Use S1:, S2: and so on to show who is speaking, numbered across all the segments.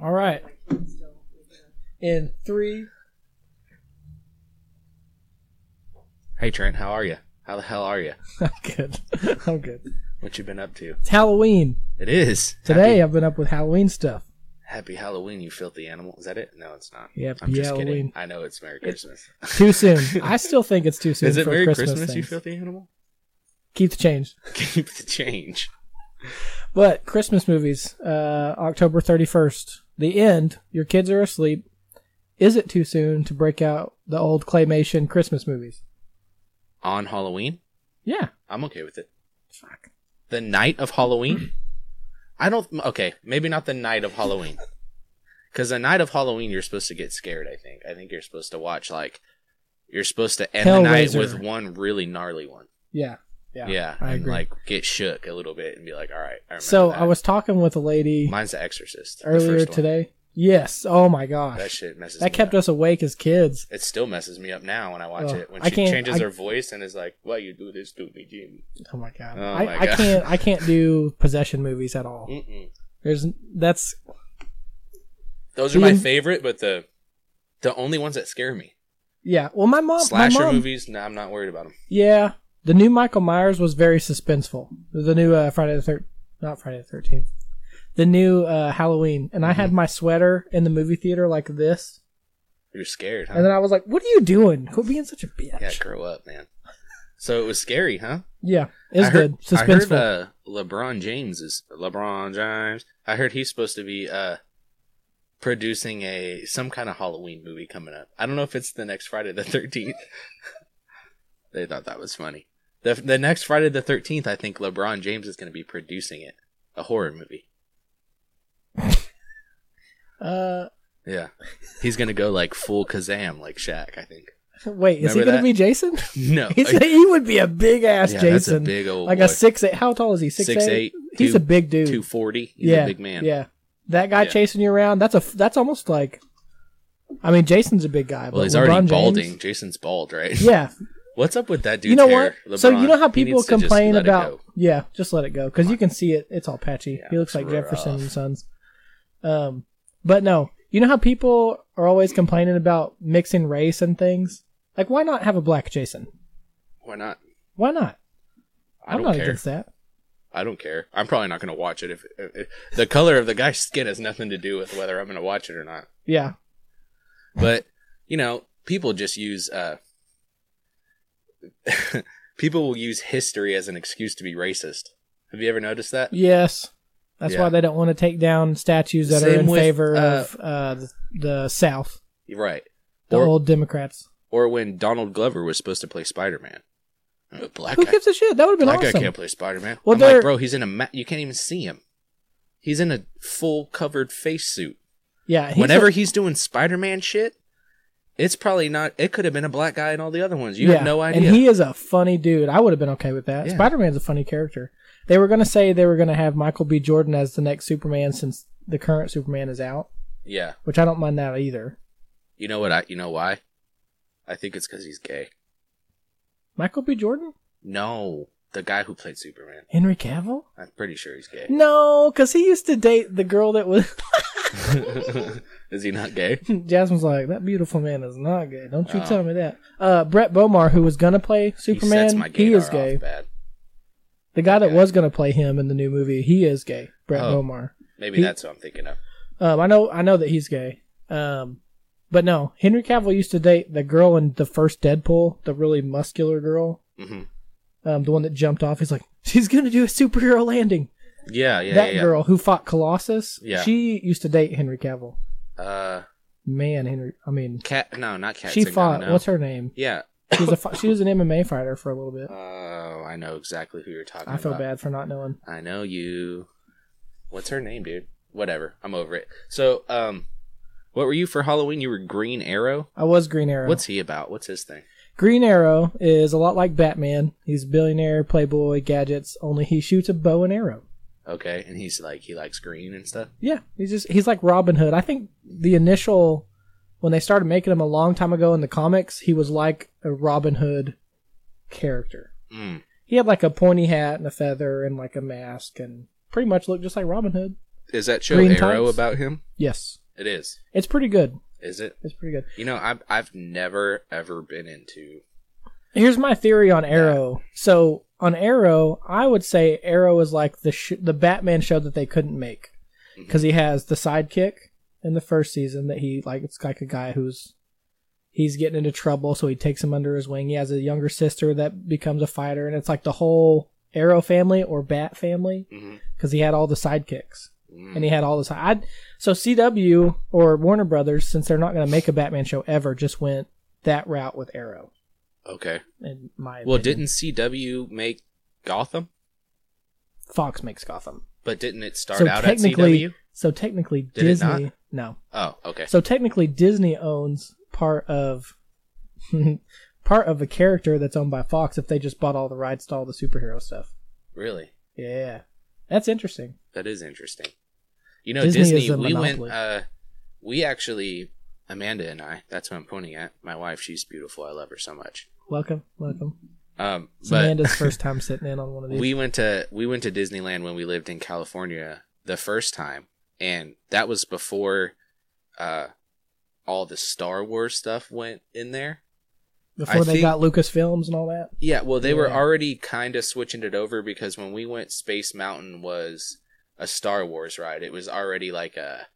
S1: All right.
S2: Still,
S1: In three.
S3: Hey Trent, how are you? How the hell are you?
S1: I'm good. I'm good.
S3: What you been up to?
S1: It's Halloween.
S3: It is
S1: Today
S3: Happy,
S1: I've been up with Halloween stuff.
S3: happy Halloween, you filthy animal. Is that it? No, it's not.
S1: Yep,
S3: I'm just
S1: Halloween.
S3: kidding. I know it's Merry Christmas.
S1: Too soon. I still think it's too soon
S3: is it
S1: for
S3: Merry
S1: Christmas,
S3: Christmas, you
S1: things.
S3: filthy animal?
S1: Keeps changed.
S3: Keep the change.
S1: But Christmas movies, uh, October 31st. The end. Your kids are asleep. Is it too soon to break out the old claymation Christmas movies?
S3: On Halloween?
S1: Yeah.
S3: I'm okay with it.
S1: Fuck.
S3: The night of Halloween? I don't okay, maybe not the night of Halloween. Cuz the night of Halloween you're supposed to get scared, I think. I think you're supposed to watch like you're supposed to end the night
S1: Hellraiser.
S3: with one really gnarly one.
S1: Yeah. Yeah.
S3: Yeah,
S1: I
S3: and
S1: agree.
S3: like get shook a little bit and be like, "All right, I remember
S1: so
S3: that."
S1: I was talking with a lady
S3: Mine's The Exorcist. the
S1: earlier
S3: first one.
S1: today. Yes. Oh my gosh.
S3: That shit messes.
S1: that
S3: me
S1: kept
S3: up.
S1: us awake as kids.
S3: It still messes me up now when I watch
S1: Ugh,
S3: it. When
S1: I
S3: she
S1: can't-
S3: changes
S1: I-
S3: her voice and is like, "Why you do this to me, Jimmy?"
S1: Oh my god.
S3: Oh
S1: I,
S3: my
S1: I
S3: God.
S1: can't I can't do possession movies at all.
S3: Mm-mm.
S1: There's that's
S3: Those are my
S1: Ian-
S3: favorite, but the the only ones that scare me.
S1: yeah. Well my mom
S3: Slasher
S1: my mom,
S3: movies, nah, I'm not worried about them.
S1: Yeah. The new Michael Myers was very suspenseful. The new uh, Friday the third not Friday the thirteenth. The new uh, Halloween. And I had
S3: Mm-hmm.
S1: my sweater in the movie theater like this.
S3: You're scared,
S1: And
S3: huh?
S1: then I was like, What are you doing? Quit being such a bitch.
S3: Yeah, grow up, man. So it was scary, huh?
S1: Yeah, it's
S3: I heard-
S1: good. Suspenseful.
S3: I heard uh, LeBron James is LeBron James. I heard he's supposed to be uh, producing a some kind of Halloween movie coming up. I don't know if it's the next Friday the Thirteenth. they thought that was funny. The the next Friday the Thirteenth, I think LeBron James is going to be producing it, a horror movie.
S1: Uh,
S3: Yeah, he's going to go like full Kazam, like Shaq. I think.
S1: wait, is he going to
S3: Remember that?
S1: be Jason?
S3: No,
S1: He's, he would be a big ass
S3: Yeah,
S1: Jason.
S3: that's a big old
S1: like
S3: boy.
S1: a six eight. How tall is he? Six, eight?
S3: 6'8",
S1: He's
S3: two-
S1: a big dude.
S3: two forty. He's
S1: yeah,
S3: a big man.
S1: Yeah, that guy
S3: Yeah.
S1: chasing you around. That's a f- that's almost like. I mean, Jason's a big guy.
S3: Well,
S1: but
S3: he's
S1: LeBron
S3: already
S1: James-
S3: balding. Jason's bald, right?
S1: Yeah,
S3: What's up with that dude's
S1: you know
S3: hair?
S1: what? so
S3: LeBron?
S1: you know how
S3: He
S1: people
S3: needs to just
S1: complain
S3: let it
S1: about
S3: go.
S1: yeah, just let it go because you can see it. It's all patchy.
S3: Yeah,
S1: he looks
S3: it's
S1: like Jefferson
S3: rough.
S1: and Sons. Um, but no, you know how people are always complaining about mixing race and things. Like, why not have a black Jason?
S3: Why not?
S1: Why not?
S3: I
S1: I'm
S3: don't
S1: not
S3: care.
S1: against that.
S3: I don't care. I'm probably not going to watch it if, if, if the color of the guy's skin has nothing to do with whether I'm going to watch it or not.
S1: Yeah,
S3: But you know, people just use uh, people will use history as an excuse to be racist. Have you ever noticed that?
S1: Yes. That's
S3: Yeah.
S1: why they don't want to take down statues that are
S3: Same
S1: in
S3: with,
S1: favor
S3: uh,
S1: of uh, the, the South,
S3: You're right.
S1: the
S3: Or-
S1: old Democrats.
S3: Or when Donald Glover was supposed to play Spider Man, black
S1: Who
S3: guy,
S1: gives a shit? That would have
S3: black
S1: been
S3: guy can't
S1: awesome.
S3: play Spider Man.
S1: Well,
S3: I'm like,
S1: they're-
S3: bro, he's in a ma- you can't even see him. He's in a full covered face suit.
S1: Yeah. he's
S3: whenever
S1: a-
S3: he's doing Spider-Man shit, it's probably not. It could have been a black guy in all the other ones. You
S1: yeah,
S3: have no idea.
S1: And he is a funny dude. I would have been okay with that.
S3: Yeah.
S1: Spider Man's a funny character. They were going to say they were going to have Michael B. Jordan as the next Superman since the current Superman is out,
S3: yeah,
S1: which I don't mind that either.
S3: you know what? I you know why? I think it's because he's gay.
S1: Michael B. Jordan?
S3: No, the guy who played Superman.
S1: Henry Cavill?
S3: I'm pretty sure he's gay.
S1: No, because he used to date the girl that was.
S3: is he not gay?
S1: Jasmine's like, that beautiful man is not gay. Don't you tell me that. Uh, Brett Bomar, who was gonna play
S3: he sets
S1: Superman,
S3: my
S1: he,
S3: gaydar
S1: is
S3: off
S1: gay.
S3: bad.
S1: The guy that
S3: Okay.
S1: was gonna play him in the new movie, he is gay. Brett
S3: Oh.
S1: Bomar.
S3: Maybe
S1: He-
S3: that's what I'm thinking of.
S1: Um, I know, I know that he's gay. Um, but no, Henry Cavill used to date the girl in the first Deadpool, the really muscular girl,
S3: hmm
S1: um, the one that jumped off. He's like, she's gonna do a superhero landing.
S3: Yeah, yeah,
S1: that
S3: yeah, yeah.
S1: girl who fought Colossus,
S3: Yeah.
S1: she used to date Henry Cavill.
S3: Uh,
S1: Man, Henry, I mean,
S3: cat? No, not cat.
S1: she fought. What's her name?
S3: Yeah.
S1: She was a fi- she was an MMA fighter for a little bit.
S3: Oh, I know exactly who you're talking
S1: I feel
S3: about.
S1: bad for not knowing.
S3: I know you. What's her name, dude? Whatever. I'm over it. So, um, what were you for Halloween? You were Green Arrow.
S1: I was Green Arrow.
S3: What's he about? What's his thing?
S1: Green Arrow is a lot like Batman. He's a billionaire, playboy, gadgets. Only he shoots a bow and arrow.
S3: Okay, and he's like he likes green and stuff.
S1: Yeah, he's just he's like Robin Hood. I think the initial when they started making him a long time ago in the comics, he was like a Robin Hood character.
S3: Mm.
S1: He had like a pointy hat and a feather and like a mask and pretty much looked just like Robin Hood.
S3: is that show
S1: Green
S3: Arrow
S1: Times?
S3: about him?
S1: Yes,
S3: It is.
S1: it's pretty good.
S3: Is it?
S1: It's pretty good.
S3: You know, I've I've never ever been into.
S1: Here's my theory on Arrow. So on Arrow, I would say Arrow is like the sh- the Batman show that they couldn't make
S3: Mm-hmm.
S1: because he has the sidekick in the first season that he like it's like a guy who's he's getting into trouble, so he takes him under his wing. He has a younger sister that becomes a fighter, and it's like the whole Arrow family or Bat family
S3: Mhm.
S1: because he had all the sidekicks
S3: Mm.
S1: and he had all this. I so CW or Warner Brothers, since they're not going to make a Batman show ever, just went that route with Arrow.
S3: Okay.
S1: In my
S3: Well,
S1: opinion.
S3: didn't CW make Gotham?
S1: Fox makes Gotham.
S3: But didn't it start
S1: so
S3: out at
S1: technically,
S3: CW?
S1: so technically
S3: Did it
S1: Disney. No.
S3: Oh, okay.
S1: So technically Disney owns part of part of a character that's owned by Fox if they just bought all the rights to all the superhero stuff.
S3: Really,
S1: Yeah. That's interesting.
S3: that is interesting. You know,
S1: Disney is
S3: Disney.
S1: a
S3: we went.
S1: monopoly.
S3: Uh, we actually, Amanda and I. That's who I'm pointing at. My wife. She's beautiful. I love her so much.
S1: Welcome, welcome.
S3: Um,
S1: It's
S3: but
S1: Amanda's first time sitting in on one of these.
S3: we went to we went to Disneyland when we lived in California the first time, and that was before uh, all the Star Wars stuff went in there.
S1: Before they
S3: I think-
S1: got Lucasfilms and all that.
S3: Yeah, well, they were
S1: Yeah.
S3: already kind of switching it over because when we went, Space Mountain was a Star Wars ride. It was already like a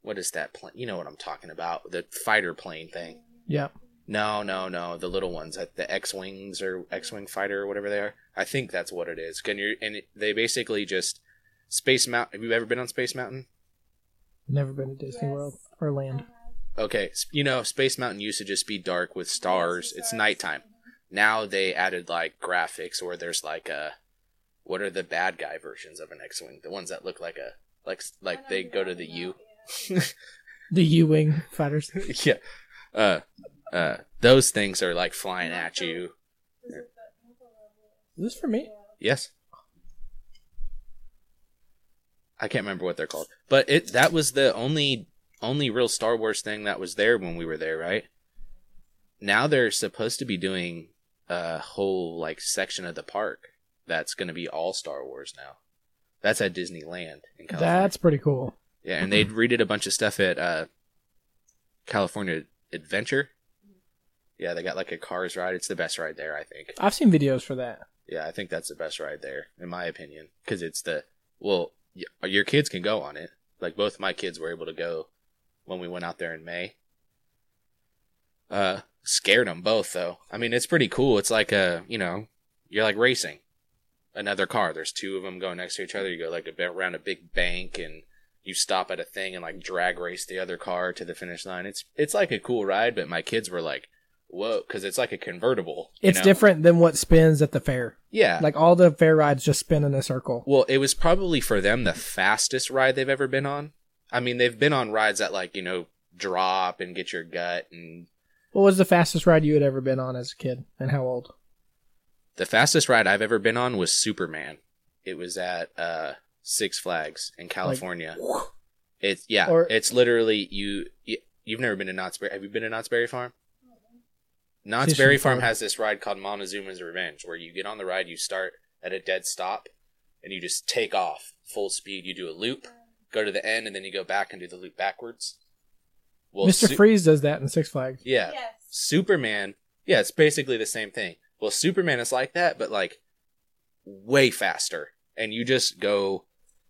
S3: what is that plane? You know what I'm talking about? The fighter plane thing.
S1: Yeah.
S3: No, no, no. The little ones, like the X wings or X wing fighter or whatever they are. I think that's what it is. Can you? And it- they basically just Space Mountain. Have you ever been on Space Mountain?
S1: Never been to Disney World or land.
S3: Okay, s- you know Space Mountain used to just be dark with stars. It's nighttime. Now they added like graphics where there's like a what are the bad guy versions of an X wing? The ones that look like a like s- like they go to the U.
S1: The U Wing fighters.
S3: yeah. Uh, uh, those things are like flying at you.
S1: Is this for me?
S3: Yes. I can't remember what they're called, but it that was the only only real Star Wars thing that was there when we were there, right? Now they're supposed to be doing a whole like section of the park that's going to be all Star Wars now. That's at Disneyland in California.
S1: That's pretty cool.
S3: yeah, and they redid a bunch of stuff at uh, California Adventure. Yeah, they got like a Cars ride. It's the best ride there, I think.
S1: I've seen videos for that.
S3: Yeah, I think that's the best ride there, in my opinion, because it's the well, y- your kids can go on it. Like both my kids were able to go when we went out there in May. Uh, scared them both though. I mean, it's pretty cool. It's like a you know, you're like racing another car. There's two of them going next to each other. You go like a bit around a big bank and you stop at a thing and like drag race the other car to the finish line. It's it's like a cool ride, but my kids were like, whoa, because it's like a convertible. you
S1: It's
S3: know?
S1: different than what spins at the fair.
S3: Yeah,
S1: Like all the fair rides just spin in a circle.
S3: Well, it was probably for them the fastest ride they've ever been on. I mean, they've been on rides that like, you know, drop and get your gut and
S1: What was the fastest ride you had ever been on as a kid? And how old?
S3: the fastest ride I've ever been on was Superman. It was at uh Six Flags in California. it's yeah,
S1: Or-
S3: it's literally you, you you've never been to Knott's Berry. Have you been to Knott's Berry Farm? Knott's
S1: Fishing
S3: Berry Farm
S1: farm.
S3: has this ride called Montezuma's Revenge where you get on the ride, you start at a dead stop and you just take off full speed, you do a loop. go to the end and then you go back and do the loop backwards. Well,
S1: Mr.
S3: Su-
S1: Freeze does that in Six Flags.
S3: yeah, Superman. Yeah, it's basically the same thing. Well, Superman is like that, but like way faster, and you just go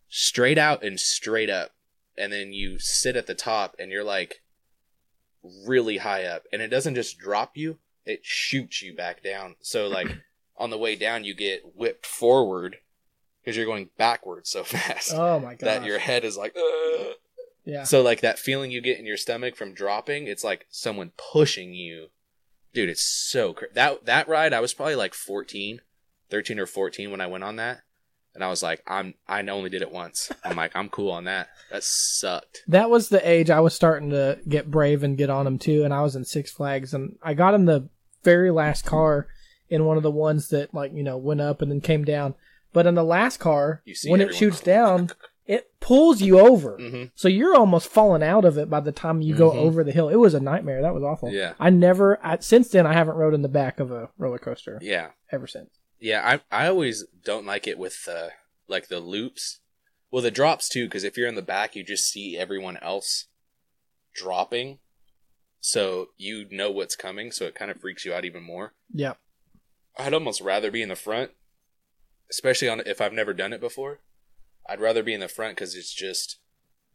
S3: straight out and straight up, and then you sit at the top, and you're like really high up, and it doesn't just drop you; it shoots you back down. So like on the way down, you get whipped forward because you're going backwards so fast
S1: Oh my god.
S3: that your head is like. "Ugh."
S1: yeah.
S3: So like that feeling you get in your stomach from dropping, it's like someone pushing you. Dude, it's so cra- that that ride I was probably like 14, 13 or 14 when I went on that. And I was like, I'm I only did it once. I'm like, I'm cool on that. That sucked.
S1: That was the age I was starting to get brave and get on them too, and I was in Six Flags and I got in the very last car in one of the ones that like, you know, went up and then came down. But in the last car,
S3: You see
S1: when it
S3: everyone-
S1: shoots down, it pulls you over.
S3: Mhm.
S1: So you're almost falling out of it by the time you go
S3: Mhm.
S1: over the hill. It was a nightmare. That was awful.
S3: Yeah.
S1: I never, I, since then, I haven't rode in the back of a roller coaster
S3: Yeah.
S1: ever since.
S3: Yeah, I I always don't like it with uh like the loops. Well, the drops too, because if you're in the back, you just see everyone else dropping, so you know what's coming. So it kind of freaks you out even more.
S1: Yeah.
S3: I'd almost rather be in the front, especially on if I've never done it before. I'd rather be in the front because it's just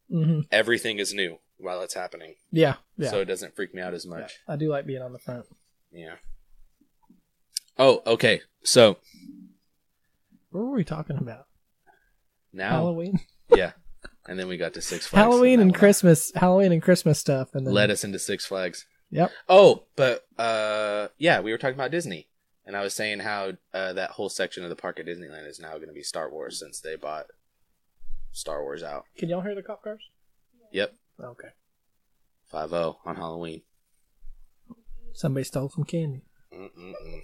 S1: hmm
S3: everything is new while it's happening,
S1: Yeah. Yeah.
S3: so it doesn't freak me out as
S1: yeah.
S3: much.
S1: I do like being on the front.
S3: Yeah. Oh, okay. So
S1: What were we talking about?
S3: now,
S1: Halloween.
S3: yeah, and then we got to Six Flags. so
S1: Halloween
S3: that
S1: and
S3: one
S1: Christmas. Halloween and Christmas stuff. And then
S3: led us into Six Flags.
S1: Yep.
S3: Oh, but uh, yeah, we were talking about Disney, and I was saying how uh, that whole section of the park at Disneyland is now going to be Star Wars since they bought Star Wars out.
S1: Can y'all hear the cop cars?
S3: Yep,
S1: Okay.
S3: five zero on Halloween.
S1: Somebody stole some candy.
S3: Mm-mm-mm.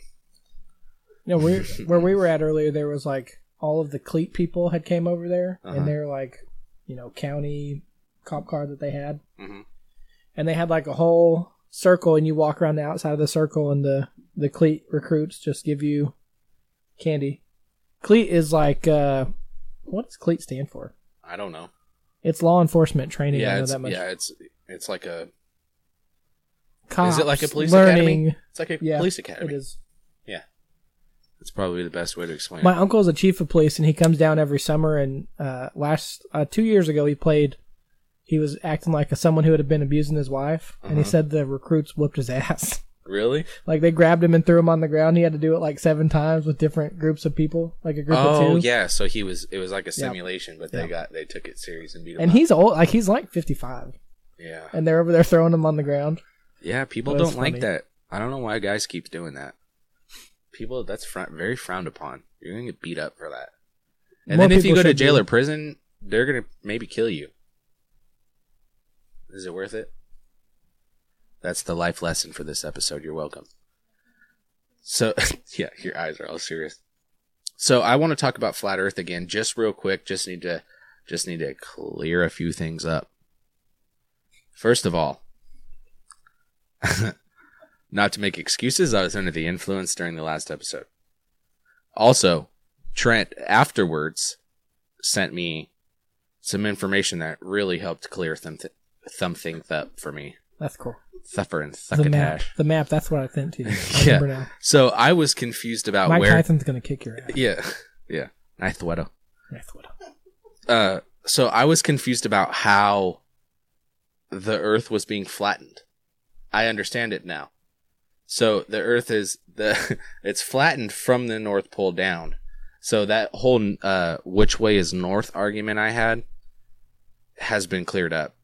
S1: No, where where we were at earlier, there was like all of the cleat people had came over there,
S3: Uh-huh.
S1: and they're like, you know, county cop car that they had,
S3: hmm
S1: and they had like a whole circle, and you walk around the outside of the circle, and the the cleat recruits just give you candy. Cleat is like, uh, what does cleat stand for?
S3: I don't know.
S1: It's law enforcement training. I
S3: Yeah,
S1: know
S3: it's,
S1: that much.
S3: yeah, it's it's like a
S1: Cops
S3: is it like a police
S1: learning.
S3: academy? It's like a
S1: Yeah,
S3: police academy.
S1: It is.
S3: It's probably the best way to explain.
S1: My
S3: it.
S1: uncle's a chief of police, and he comes down every summer. And uh, last uh, two years ago, he played. He was acting like a, someone who had been abusing his wife, and he
S3: Uh-huh.
S1: said the recruits whooped his ass.
S3: Really?
S1: like they grabbed him and threw him on the ground. He had to do it like seven times with different groups of people, like a group
S3: Oh
S1: of two.
S3: yeah. So he was. It was like a simulation, but they
S1: Yeah.
S3: got they took it serious and beat him.
S1: And
S3: up.
S1: he's old, like he's like fifty five,
S3: yeah.
S1: and they're over there throwing him on the ground.
S3: Yeah, people
S1: Well,
S3: don't
S1: that's
S3: like
S1: funny.
S3: that. I don't know why guys keep doing that. People, that's fr- very frowned upon. You're gonna get beat up for that. And
S1: More
S3: then if you
S1: people
S3: go to
S1: should
S3: jail
S1: do-
S3: or prison, they're gonna maybe kill you. Is it worth it? That's the life lesson for this episode. You're welcome. So, yeah, your eyes are all serious. So, I want to talk about flat Earth again, just real quick. Just need to, just need to clear a few things up. First of all, not to make excuses, I was under the influence during the last episode. Also, Trent afterwards sent me some information that really helped clear thumb th- thumb things up for me.
S1: That's cool.
S3: Thuffer and
S1: The map,
S3: thuckatash.
S1: the map. That's what I think to you. I
S3: Yeah.
S1: remember now.
S3: So I was confused about
S1: Mike
S3: where.
S1: Tyson's gonna kick your ass.
S3: Yeah, yeah. I thweato.
S1: That's what I-
S3: Uh, so I was confused about how the Earth was being flattened. I understand it now. So the Earth is the it's flattened from the North Pole down. So that whole uh, which way is north argument I had has been cleared up,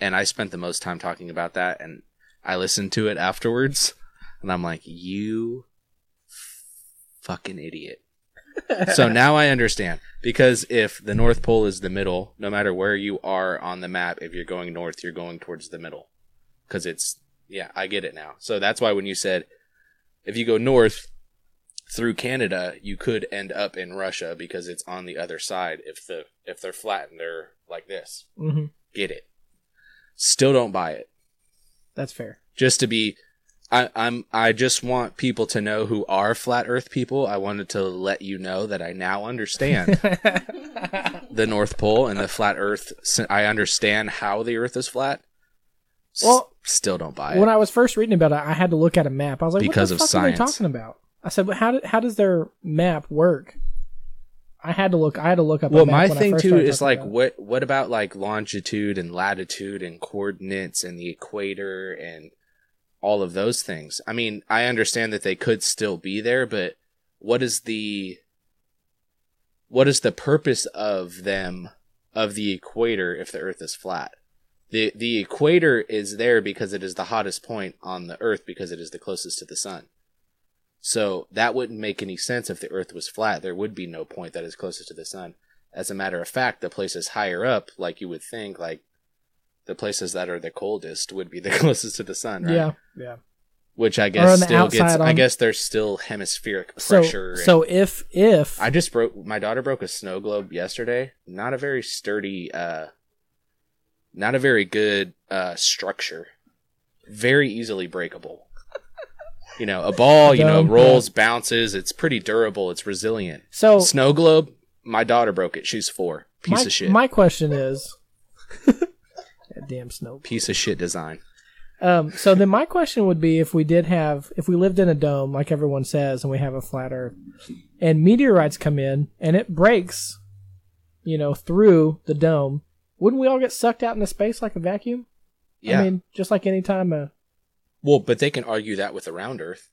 S3: and I spent the most time talking about that. And I listened to it afterwards, and I'm like, you fucking idiot so now I understand because if the North Pole is the middle, no matter where you are on the map, if you're going north, you're going towards the middle because it's yeah, I get it now. So that's why when you said if you go north through Canada, you could end up in Russia because it's on the other side. If the if they're flattened, they're like this.
S1: Mhm.
S3: Get it? Still don't buy it
S1: That's fair.
S3: just to be I, I'm I just want people to know who are flat earth people. I wanted to let you know that I now understand the North Pole and the flat earth. Si- I understand how the earth is flat. S-
S1: Well,
S3: still don't buy it.
S1: when I was first reading about it, I had to look at a map. I was like,
S3: Because
S1: what
S3: of
S1: the fuck are they
S3: science.
S1: talking about? I said, but how, do, how does their map work? I had to look. I had to look up. a
S3: well,
S1: map
S3: my
S1: when I
S3: thing
S1: first
S3: too
S1: started
S3: is
S1: talking
S3: like
S1: about it.
S3: what what about like longitude and latitude and coordinates and the equator and all of those things. I mean, I understand that they could still be there, but what is the what is the purpose of them of the equator if the earth is flat? The the equator is there because it is the hottest point on the earth because it is the closest to the sun. So that wouldn't make any sense if the earth was flat. There would be no point that is closest to the sun. As a matter of fact, the places higher up, like you would think, like the places that are the coldest would be the closest to the sun, right?
S1: yeah, yeah.
S3: which I
S1: Or on
S3: guess
S1: the
S3: still gets.
S1: outside
S3: I
S1: on-
S3: guess there's still hemispheric
S1: So,
S3: pressure. and-
S1: so if if
S3: I just broke my daughter broke a snow globe yesterday. Not a very sturdy, uh, not a very good uh, structure. Very easily breakable. You know, a ball. You know,
S1: Dumb.
S3: rolls, bounces. It's pretty durable. It's resilient.
S1: so
S3: Snow globe. My daughter broke it. She's four.
S1: Oh.
S3: Piece
S1: my,
S3: of shit.
S1: My question is, that damn snow.
S3: Piece of shit design.
S1: Um, so then my question would be if we did have, if we lived in a dome, like everyone says, and we have a flat earth, and meteorites come in and it breaks, you know, through the dome, wouldn't we all get sucked out into space like a vacuum?
S3: Yeah.
S1: I mean, just like any time a,
S3: well, but they can argue that with a round Earth.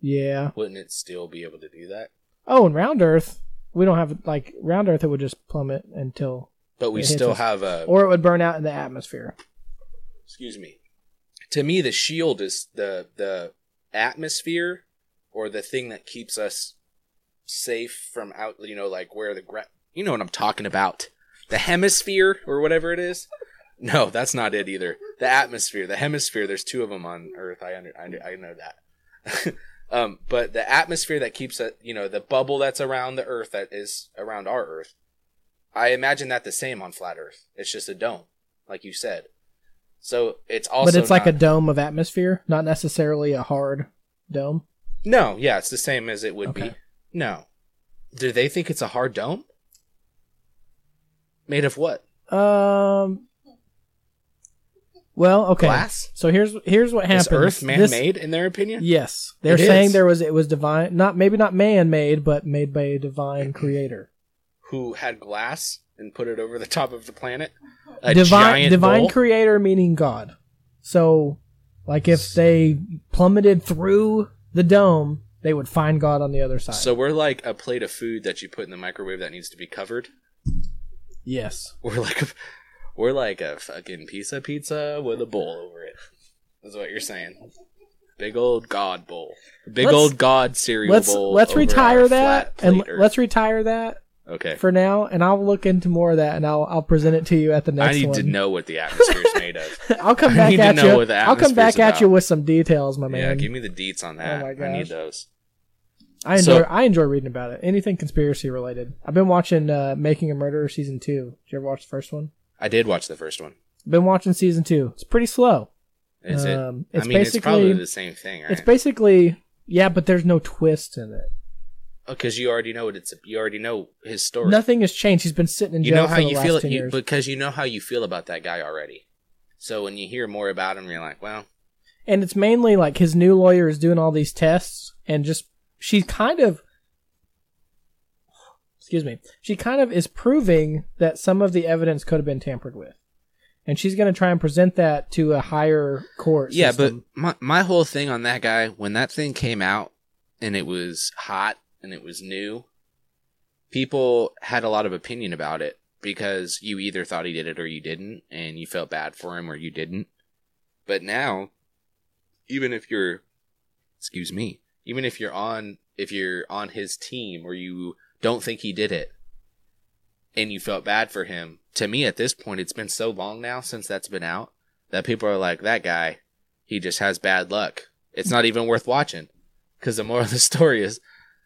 S1: yeah.
S3: Wouldn't it still be able to do that?
S1: Oh, and round earth, we don't have, like, round earth, it would just plummet until,
S3: But we
S1: It hits
S3: still
S1: us.
S3: have a.
S1: or it would burn out in the atmosphere.
S3: excuse me. To me, the shield is the the atmosphere or the thing that keeps us safe from out. You know, like where the gra- you know what I'm talking about. The hemisphere or whatever it is. No, that's not it either. The atmosphere, the hemisphere. There's two of them on Earth. I under, I, under- I know that. um, but the atmosphere that keeps it, you know, the bubble that's around the Earth that is around our Earth. I imagine that the same on flat Earth. It's just a dome, like you said. So it's also
S1: but it's like
S3: not-
S1: a dome of atmosphere, not necessarily a hard dome.
S3: No, yeah, it's the same as it would be.
S1: Okay.
S3: No. Do they think it's a hard dome? Made of what?
S1: Um. Well, okay.
S3: Glass?
S1: So here's here's what happens.
S3: Is Earth
S1: This-
S3: man-made in their opinion?
S1: yes, they're
S3: It
S1: saying
S3: is.
S1: there was it was divine, not maybe not man-made, but made by a divine creator.
S3: Who had glass and put it over the top of the planet? A
S1: divine
S3: giant
S1: divine
S3: bowl?
S1: creator meaning God. So, like if they plummeted through the dome, they would find God on the other side.
S3: So we're like a plate of food that you put in the microwave that needs to be covered.
S1: yes,
S3: We're like a, we're like a fucking piece of pizza with a bowl over it. That's what you're saying. Big old god bowl. Big
S1: Let's-
S3: old god cereal
S1: let's
S3: bowl.
S1: let's
S3: over
S1: retire
S3: our
S1: that
S3: flat plate
S1: and
S3: Earth.
S1: let's retire that
S3: okay.
S1: for now, and I'll look into more of that, and I'll I'll present it to you at the next.
S3: I need
S1: one.
S3: to know what the atmosphere is made of.
S1: I'll come
S3: I
S1: back
S3: need to
S1: at
S3: know
S1: you.
S3: what the
S1: I'll come
S3: atmosphere's
S1: back at
S3: about.
S1: you with some details, my
S3: Yeah,
S1: man. Oh
S3: give me the deets on that.
S1: my
S3: I need
S1: gosh.
S3: those.
S1: I enjoy.
S3: so-
S1: I enjoy reading about it. Anything conspiracy related. I've been watching uh, Making a Murderer season two. Did you ever watch the first one?
S3: I did watch the first one.
S1: Been watching season two. It's pretty slow.
S3: Is
S1: Um,
S3: it?
S1: it's
S3: I mean, it's probably
S1: basically-
S3: the same thing, right?
S1: It's basically yeah, but there's no twist in it.
S3: because Oh, you already know what it's. You already know his story.
S1: Nothing has changed. He's been sitting in
S3: you
S1: jail
S3: know
S1: for
S3: how
S1: the
S3: you
S1: last
S3: feel
S1: ten
S3: it you,
S1: years.
S3: because you know how you feel about that guy already. So when you hear more about him, you're like, well,
S1: and it's mainly like his new lawyer is doing all these tests and just she kind of excuse me she kind of is proving that some of the evidence could have been tampered with and she's going to try and present that to a higher court
S3: yeah. But
S1: system.
S3: my my whole thing on that guy when that thing came out and it was hot and it was new, people had a lot of opinion about it because you either thought he did it or you didn't, and you felt bad for him or you didn't. But now, even if you're, excuse me, even if you're on, if you're on his team or you don't think he did it and you felt bad for him, to me at this point, it's been so long now since that's been out that people are like, that guy, he just has bad luck. It's not even worth watching. Because the moral of the story is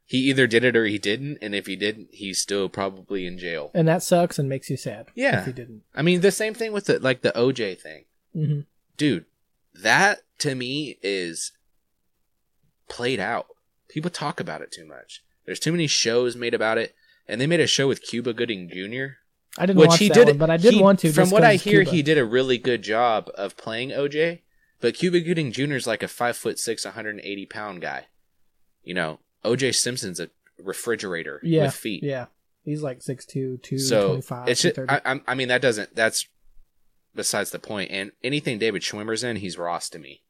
S3: he either did it or he didn't. And if he didn't, he's still probably in jail.
S1: and that sucks and makes you sad
S3: Yeah.
S1: if you didn't
S3: I mean, the same thing with the, like the OJ thing
S1: hmm
S3: dude, that to me is played out. People talk about it too much. There's too many shows made about it, and they made a show with Cuba Gooding Jr.,
S1: i didn't
S3: which
S1: watch
S3: he
S1: that
S3: did.
S1: one but i did
S3: he-
S1: want to
S3: From
S1: just
S3: what
S1: 'cause
S3: I
S1: it's
S3: hear,
S1: Cuba.
S3: he did a really good job of playing OJ. But Cuba Gooding Jr. is like a five foot six, 180 pound guy. You know, OJ Simpson's a refrigerator
S1: yeah
S3: with feet
S1: yeah he's like 6'2
S3: so
S1: 225
S3: it's just,
S1: 230.
S3: I, I'm- I mean that doesn't that's besides the point and anything david schwimmer's in he's ross to me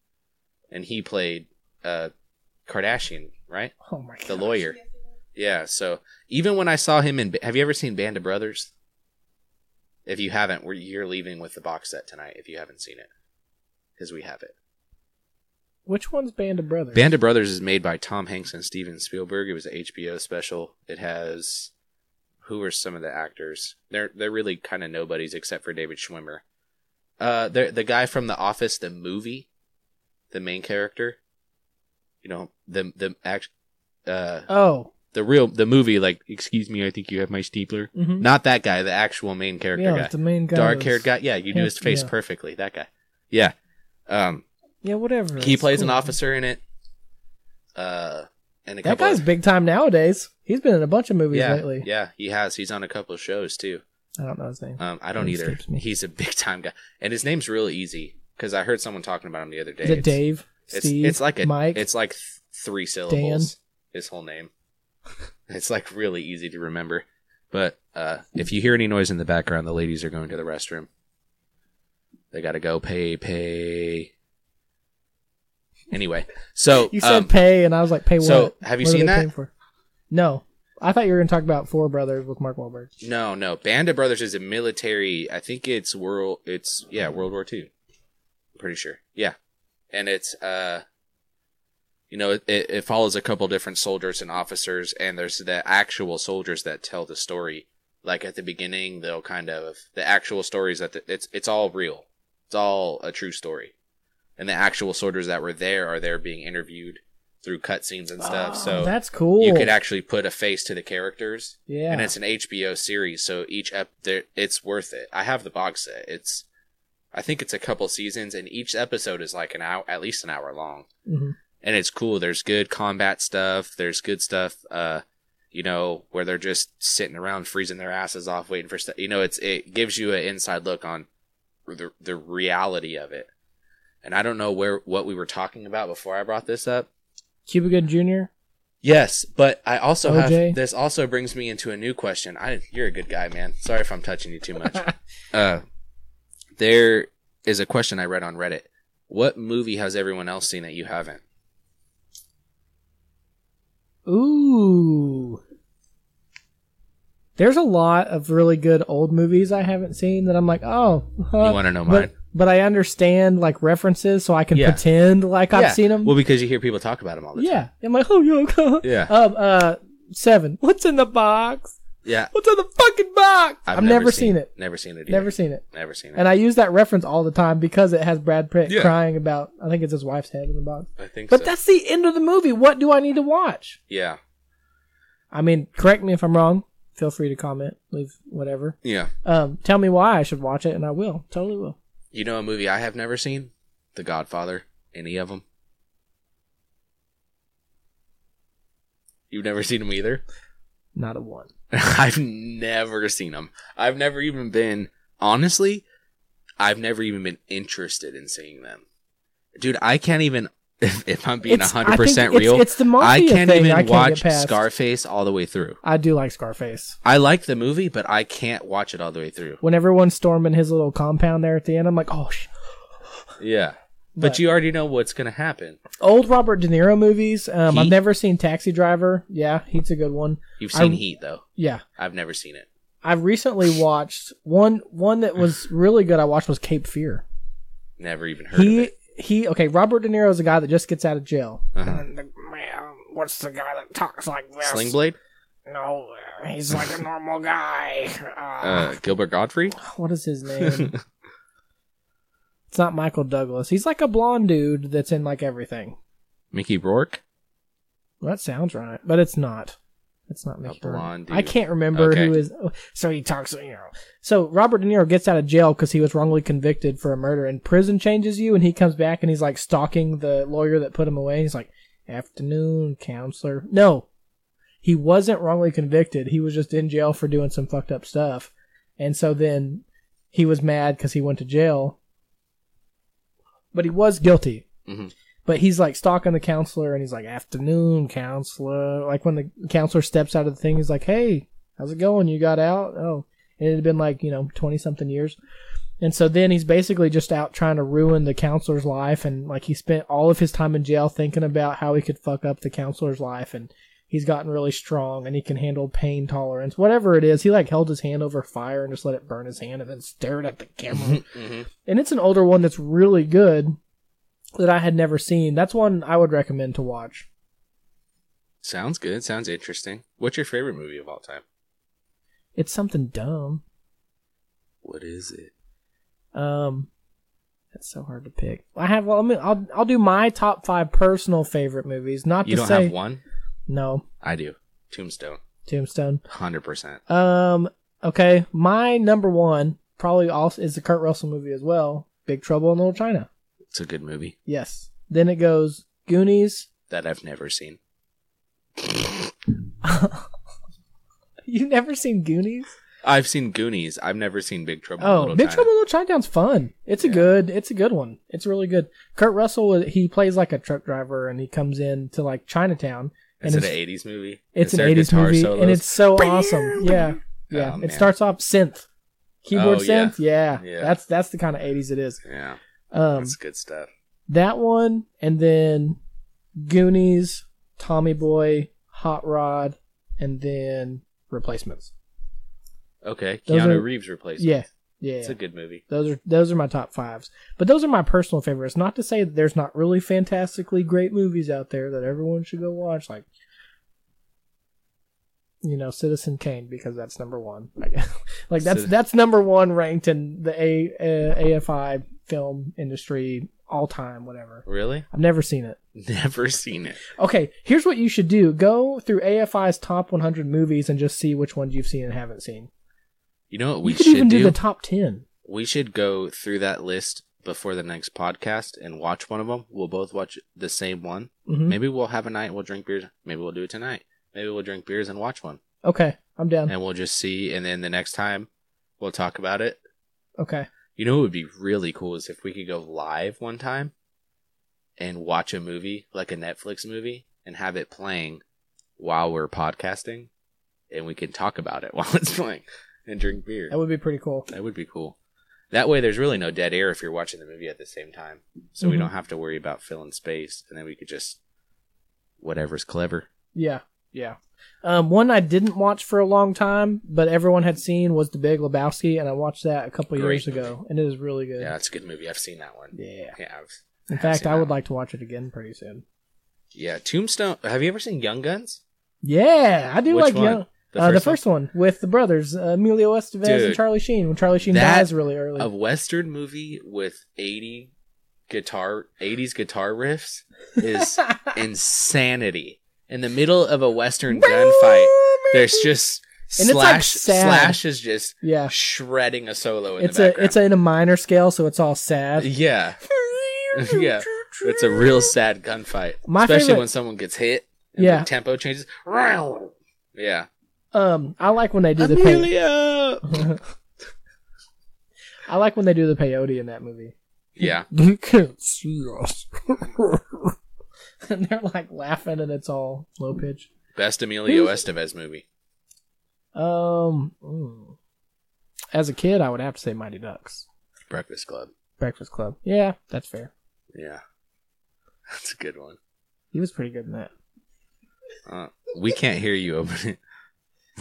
S3: and he played uh kardashian right
S1: oh my god
S3: the lawyer yeah so even when i saw him in have you ever seen band of brothers if you haven't we're, you're leaving with the box set tonight if you haven't seen it because we have it
S1: which one's band of brothers
S3: band of brothers is made by tom hanks and steven spielberg it was a hbo special it has who are some of the actors? They're they're really kind of nobodies except for David Schwimmer. Uh, they're- the guy from The Office, the movie, the main character. You know the the act, uh,
S1: oh
S3: the real the movie. Like, excuse me, I think you have my steepler.
S1: mhm.
S3: Not that guy, the actual main character
S1: yeah
S3: guy,
S1: it's the main guy
S3: dark
S1: that's-
S3: haired guy. Yeah, you do his
S1: Yeah,
S3: face
S1: yeah.
S3: perfectly. That guy. Yeah. Um,
S1: Yeah, whatever.
S3: he
S1: It's
S3: plays an
S1: cool.
S3: officer in it. Uh, and a
S1: That
S3: couple
S1: guy's
S3: of,
S1: big time nowadays. He's been in a bunch of movies
S3: yeah,
S1: lately.
S3: yeah, he has. He's on a couple of shows too.
S1: I don't know his name.
S3: Um, I don't
S1: It
S3: either.
S1: escapes me.
S3: He's a big time guy, and his name's really easy because I heard someone talking about him the other day.
S1: Is it
S3: It's-
S1: Dave?
S3: It's,
S1: Steve?
S3: it's like a
S1: Mike?
S3: It's like th- three syllables. His whole name. It's like really easy to remember. But uh, if you hear any noise in the background, the ladies are going to the restroom. They gotta go pay pay. Anyway, so
S1: you said
S3: um,
S1: pay, and I was like, pay what?
S3: so have you
S1: What are
S3: seen
S1: they
S3: that?
S1: paying for? No. I thought you were going to talk about Four Brothers with Mark Wahlberg.
S3: No, no. Band of Brothers is a military. I think it's world. It's yeah, World War Two. I'm pretty sure. Yeah, and it's uh, you know, it, it it follows a couple different soldiers and officers, and there's the actual soldiers that tell the story. Like at the beginning, they'll kind of the actual stories that the, it's it's all real. It's all a true story, and the actual soldiers that were there are there being interviewed through cutscenes and stuff.
S1: Oh,
S3: so
S1: that's cool.
S3: you could actually put a face to the characters
S1: yeah.
S3: and it's an HBO series, so each ep there, it's worth it. I have the box set. It's, I think it's a couple seasons, and each episode is like an hour, at least an hour long,
S1: Mhm.
S3: and it's cool. There's good combat stuff. There's good stuff, uh, you know, where they're just sitting around freezing their asses off, waiting for stuff. You know, it's it gives you an inside look on the the reality of it. And I don't know where what we were talking about before I brought this up,
S1: Cuba Gooding Jr.
S3: Yes, but I also
S1: OJ?
S3: have this also brings me into a new question. I you're a good guy, man. Sorry if I'm touching you too much. uh there is a question I read on Reddit. What movie has everyone else seen that you haven't?
S1: Ooh. There's a lot of really good old movies I haven't seen that I'm like, oh, huh.
S3: You want to know mine?
S1: but, but I understand like references, so I can
S3: Yeah.
S1: pretend like
S3: Yeah.
S1: I've seen them.
S3: Well, because you hear people talk about them all the time.
S1: yeah, I'm like, oh, yeah,
S3: Yeah.
S1: Um, uh, seven. What's in the box?
S3: Yeah.
S1: What's in the fucking box? I've, never, seen, it.
S3: Never seen it.
S1: Never
S3: Never
S1: seen it.
S3: never seen it.
S1: And I use that reference all the time because it has Brad Pitt
S3: Yeah.
S1: crying about. I think it's his wife's head in the box.
S3: I, think
S1: But
S3: so.
S1: that's the end of the movie. What do I need to watch?
S3: yeah.
S1: I mean, correct me if I'm wrong. Feel free to comment, leave whatever.
S3: Yeah.
S1: Um, tell me why I should watch it, and I will. Totally will.
S3: You know a movie I have never seen? The Godfather. Any of them? You've never seen them either?
S1: Not a one.
S3: I've never seen them. I've never even been, honestly, I've never even been interested in seeing them. Dude, I can't even, if, if I'm being
S1: It's- I
S3: 100%
S1: think it's-
S3: real,
S1: it's the
S3: I
S1: mafia
S3: can't
S1: thing
S3: even
S1: I can't
S3: watch
S1: get past.
S3: Scarface all the way through.
S1: I do like Scarface.
S3: I like the movie, but I can't watch it all the way through.
S1: When everyone's storming his little compound there at the end, I'm like, oh, sh-.
S3: Yeah. But,
S1: But-
S3: you already know what's going to happen.
S1: old Robert De Niro movies. Um, I've
S3: Heat?
S1: never seen Taxi Driver. Yeah, Heat's a good one.
S3: You've seen
S1: I-
S3: Heat, though.
S1: Yeah,
S3: I've never seen it.
S1: I recently watched one. One that was really good. I watched was Cape Fear.
S3: Never even heard of
S1: He
S3: it.
S1: he. Okay, Robert De Niro is a guy that just gets out of jail.
S3: Uh-huh.
S2: And the man, what's the guy that talks like this?
S3: Slingblade?
S2: No, uh, he's like a normal guy. Uh,
S3: Uh, Gilbert Godfrey?
S1: What is his name? it's not Michael Douglas. He's like a blonde dude that's in like everything.
S3: Mickey Rourke?
S1: Well, that sounds right, but it's not. It's not Mickey. Rourke.
S3: blonde
S1: I
S3: dude.
S1: can't remember
S3: Okay.
S1: who is.
S2: so he talks, you know.
S1: So Robert De Niro gets out of jail because he was wrongly convicted for a murder, and prison changes you, and he comes back and he's like stalking the lawyer that put him away. He's like, "Afternoon, counselor." No, he wasn't wrongly convicted. He was just in jail for doing some fucked up stuff, and so then he was mad because he went to jail, but he was guilty.
S3: Mhm.
S1: But he's like stalking the counselor, and he's like, "Afternoon, counselor." Like when the counselor steps out of the thing, he's like, "Hey, how's it going? You got out? Oh." and it had been like you know 20 something years and so then he's basically just out trying to ruin the counselor's life and like he spent all of his time in jail thinking about how he could fuck up the counselor's life and he's gotten really strong and he can handle pain tolerance whatever it is he like held his hand over fire and just let it burn his hand and then stared at the camera
S3: mm-hmm.
S1: and it's an older one that's really good that i had never seen that's one i would recommend to watch
S3: Sounds good. Sounds interesting. What's your favorite movie of all time?
S1: it's something dumb
S3: What is it?
S1: Um, that's so hard to pick. I have. Well, I mean, I'll I'll do my top five personal favorite movies. Not
S3: you
S1: to
S3: don't
S1: say
S3: have one?
S1: no
S3: I do. Tombstone.
S1: Tombstone.
S3: 100%.
S1: Um, okay, my number one probably also is the Kurt Russell movie as well. Big Trouble in Little China.
S3: It's a good movie
S1: Yes. Then it goes Goonies.
S3: that I've never seen.
S1: you never seen Goonies?
S3: I've seen Goonies. I've never seen Big Trouble. in
S1: Oh,
S3: Little
S1: Big
S3: China.
S1: Trouble in Little Chinatown's fun. It's a
S3: Yeah.
S1: good, it's a good one. It's really good. Kurt Russell, he plays like a truck driver, and he comes in to like Chinatown, and
S3: Is it
S1: it's,
S3: an '80s movie?
S1: it's
S3: Is
S1: an
S3: there
S1: '80s
S3: guitar
S1: movie,
S3: solos?
S1: and it's so awesome. Yeah, yeah.
S3: Oh, man.
S1: it starts off synth, keyboard
S3: Oh, yeah.
S1: synth. Yeah.
S3: Yeah.
S1: that's that's the kind of '80s it is.
S3: Yeah,
S1: Um,
S3: that's good stuff.
S1: that one, and then Goonies, Tommy Boy, Hot Rod, and then Replacements.
S3: Okay,
S1: those
S3: Keanu
S1: are-
S3: Reeves replacement.
S1: Yeah, yeah.
S3: it's a good movie.
S1: Those are those are my top fives. But those are my personal favorites. Not to say that there's not really fantastically great movies out there that everyone should go watch, like you know, Citizen Kane, because that's number one. I guess. like that's
S3: Citi-
S1: that's number one ranked in the A, uh, AFI film industry all time, whatever.
S3: Really?
S1: I've never seen it.
S3: Never seen it.
S1: Okay, here's what you should do: go through AFI's top 100 movies and just see which ones you've seen and haven't seen.
S3: You know
S1: We
S3: what we
S1: you could
S3: should
S1: even do,
S3: do?
S1: the top 10.
S3: we should go through that list before the next podcast and watch one of them. We'll both watch the same one.
S1: hmm
S3: Maybe we'll have a night. We'll drink beers. Maybe we'll do it tonight. Maybe we'll drink beers and watch one,
S1: Okay, I'm down.
S3: and we'll just see. And then the next time, we'll talk about it.
S1: Okay.
S3: You know what would be really cool is if we could go live one time and watch a movie, like a Netflix movie, and have it playing while we're podcasting and we can talk about it while it's playing and drink beer.
S1: That would be pretty cool.
S3: That would be cool. That way there's really no dead air if you're watching the movie at the same time. So we
S1: Mhm.
S3: don't have to worry about filling space and then we could just whatever's clever.
S1: Yeah, yeah. Um, one I didn't watch for a long time, but everyone had seen was The Big Lebowski, and I watched that a couple
S3: Great
S1: years ago, and it is really good.
S3: Yeah, that's a good movie. I've seen that one.
S1: Yeah.
S3: Yeah. I've,
S1: In
S3: I've
S1: fact,
S3: seen
S1: I
S3: that
S1: would
S3: one.
S1: like to watch it again pretty soon.
S3: Yeah, Tombstone. Have you ever seen Young Guns?
S1: Yeah, I do
S3: Which
S1: like
S3: one?
S1: young. uh, the
S3: one?
S1: first one with the brothers uh, Emilio Estevez and
S3: Dude.
S1: Charlie Sheen. When Charlie Sheen
S3: That-
S1: dies really early,
S3: a western movie with 80 guitar 80s guitar riffs is insanity in the middle of a western gunfight there's just
S1: And it's, like,
S3: slash
S1: sad.
S3: slash is just
S1: yeah,
S3: shredding a solo in
S1: it's
S3: the
S1: a
S3: background
S1: it's a, in a minor scale, so it's all sad.
S3: yeah yeah it's a real sad gunfight
S1: My
S3: especially
S1: favorite-
S3: when someone gets hit and
S1: Yeah.
S3: the tempo changes yeah
S1: Um, I like when they do the paint.
S3: Amelia!
S1: I like when they do the peyote in that movie.
S3: yeah
S1: You can't see us. and they're like laughing and it's all low pitch.
S3: best emilio estevez movie
S1: Um mm. as a kid I would have to say Mighty Ducks.
S3: breakfast club
S1: Breakfast Club. Yeah, that's fair.
S3: yeah that's a good one
S1: He was pretty good in that.
S3: Uh, we can't hear you open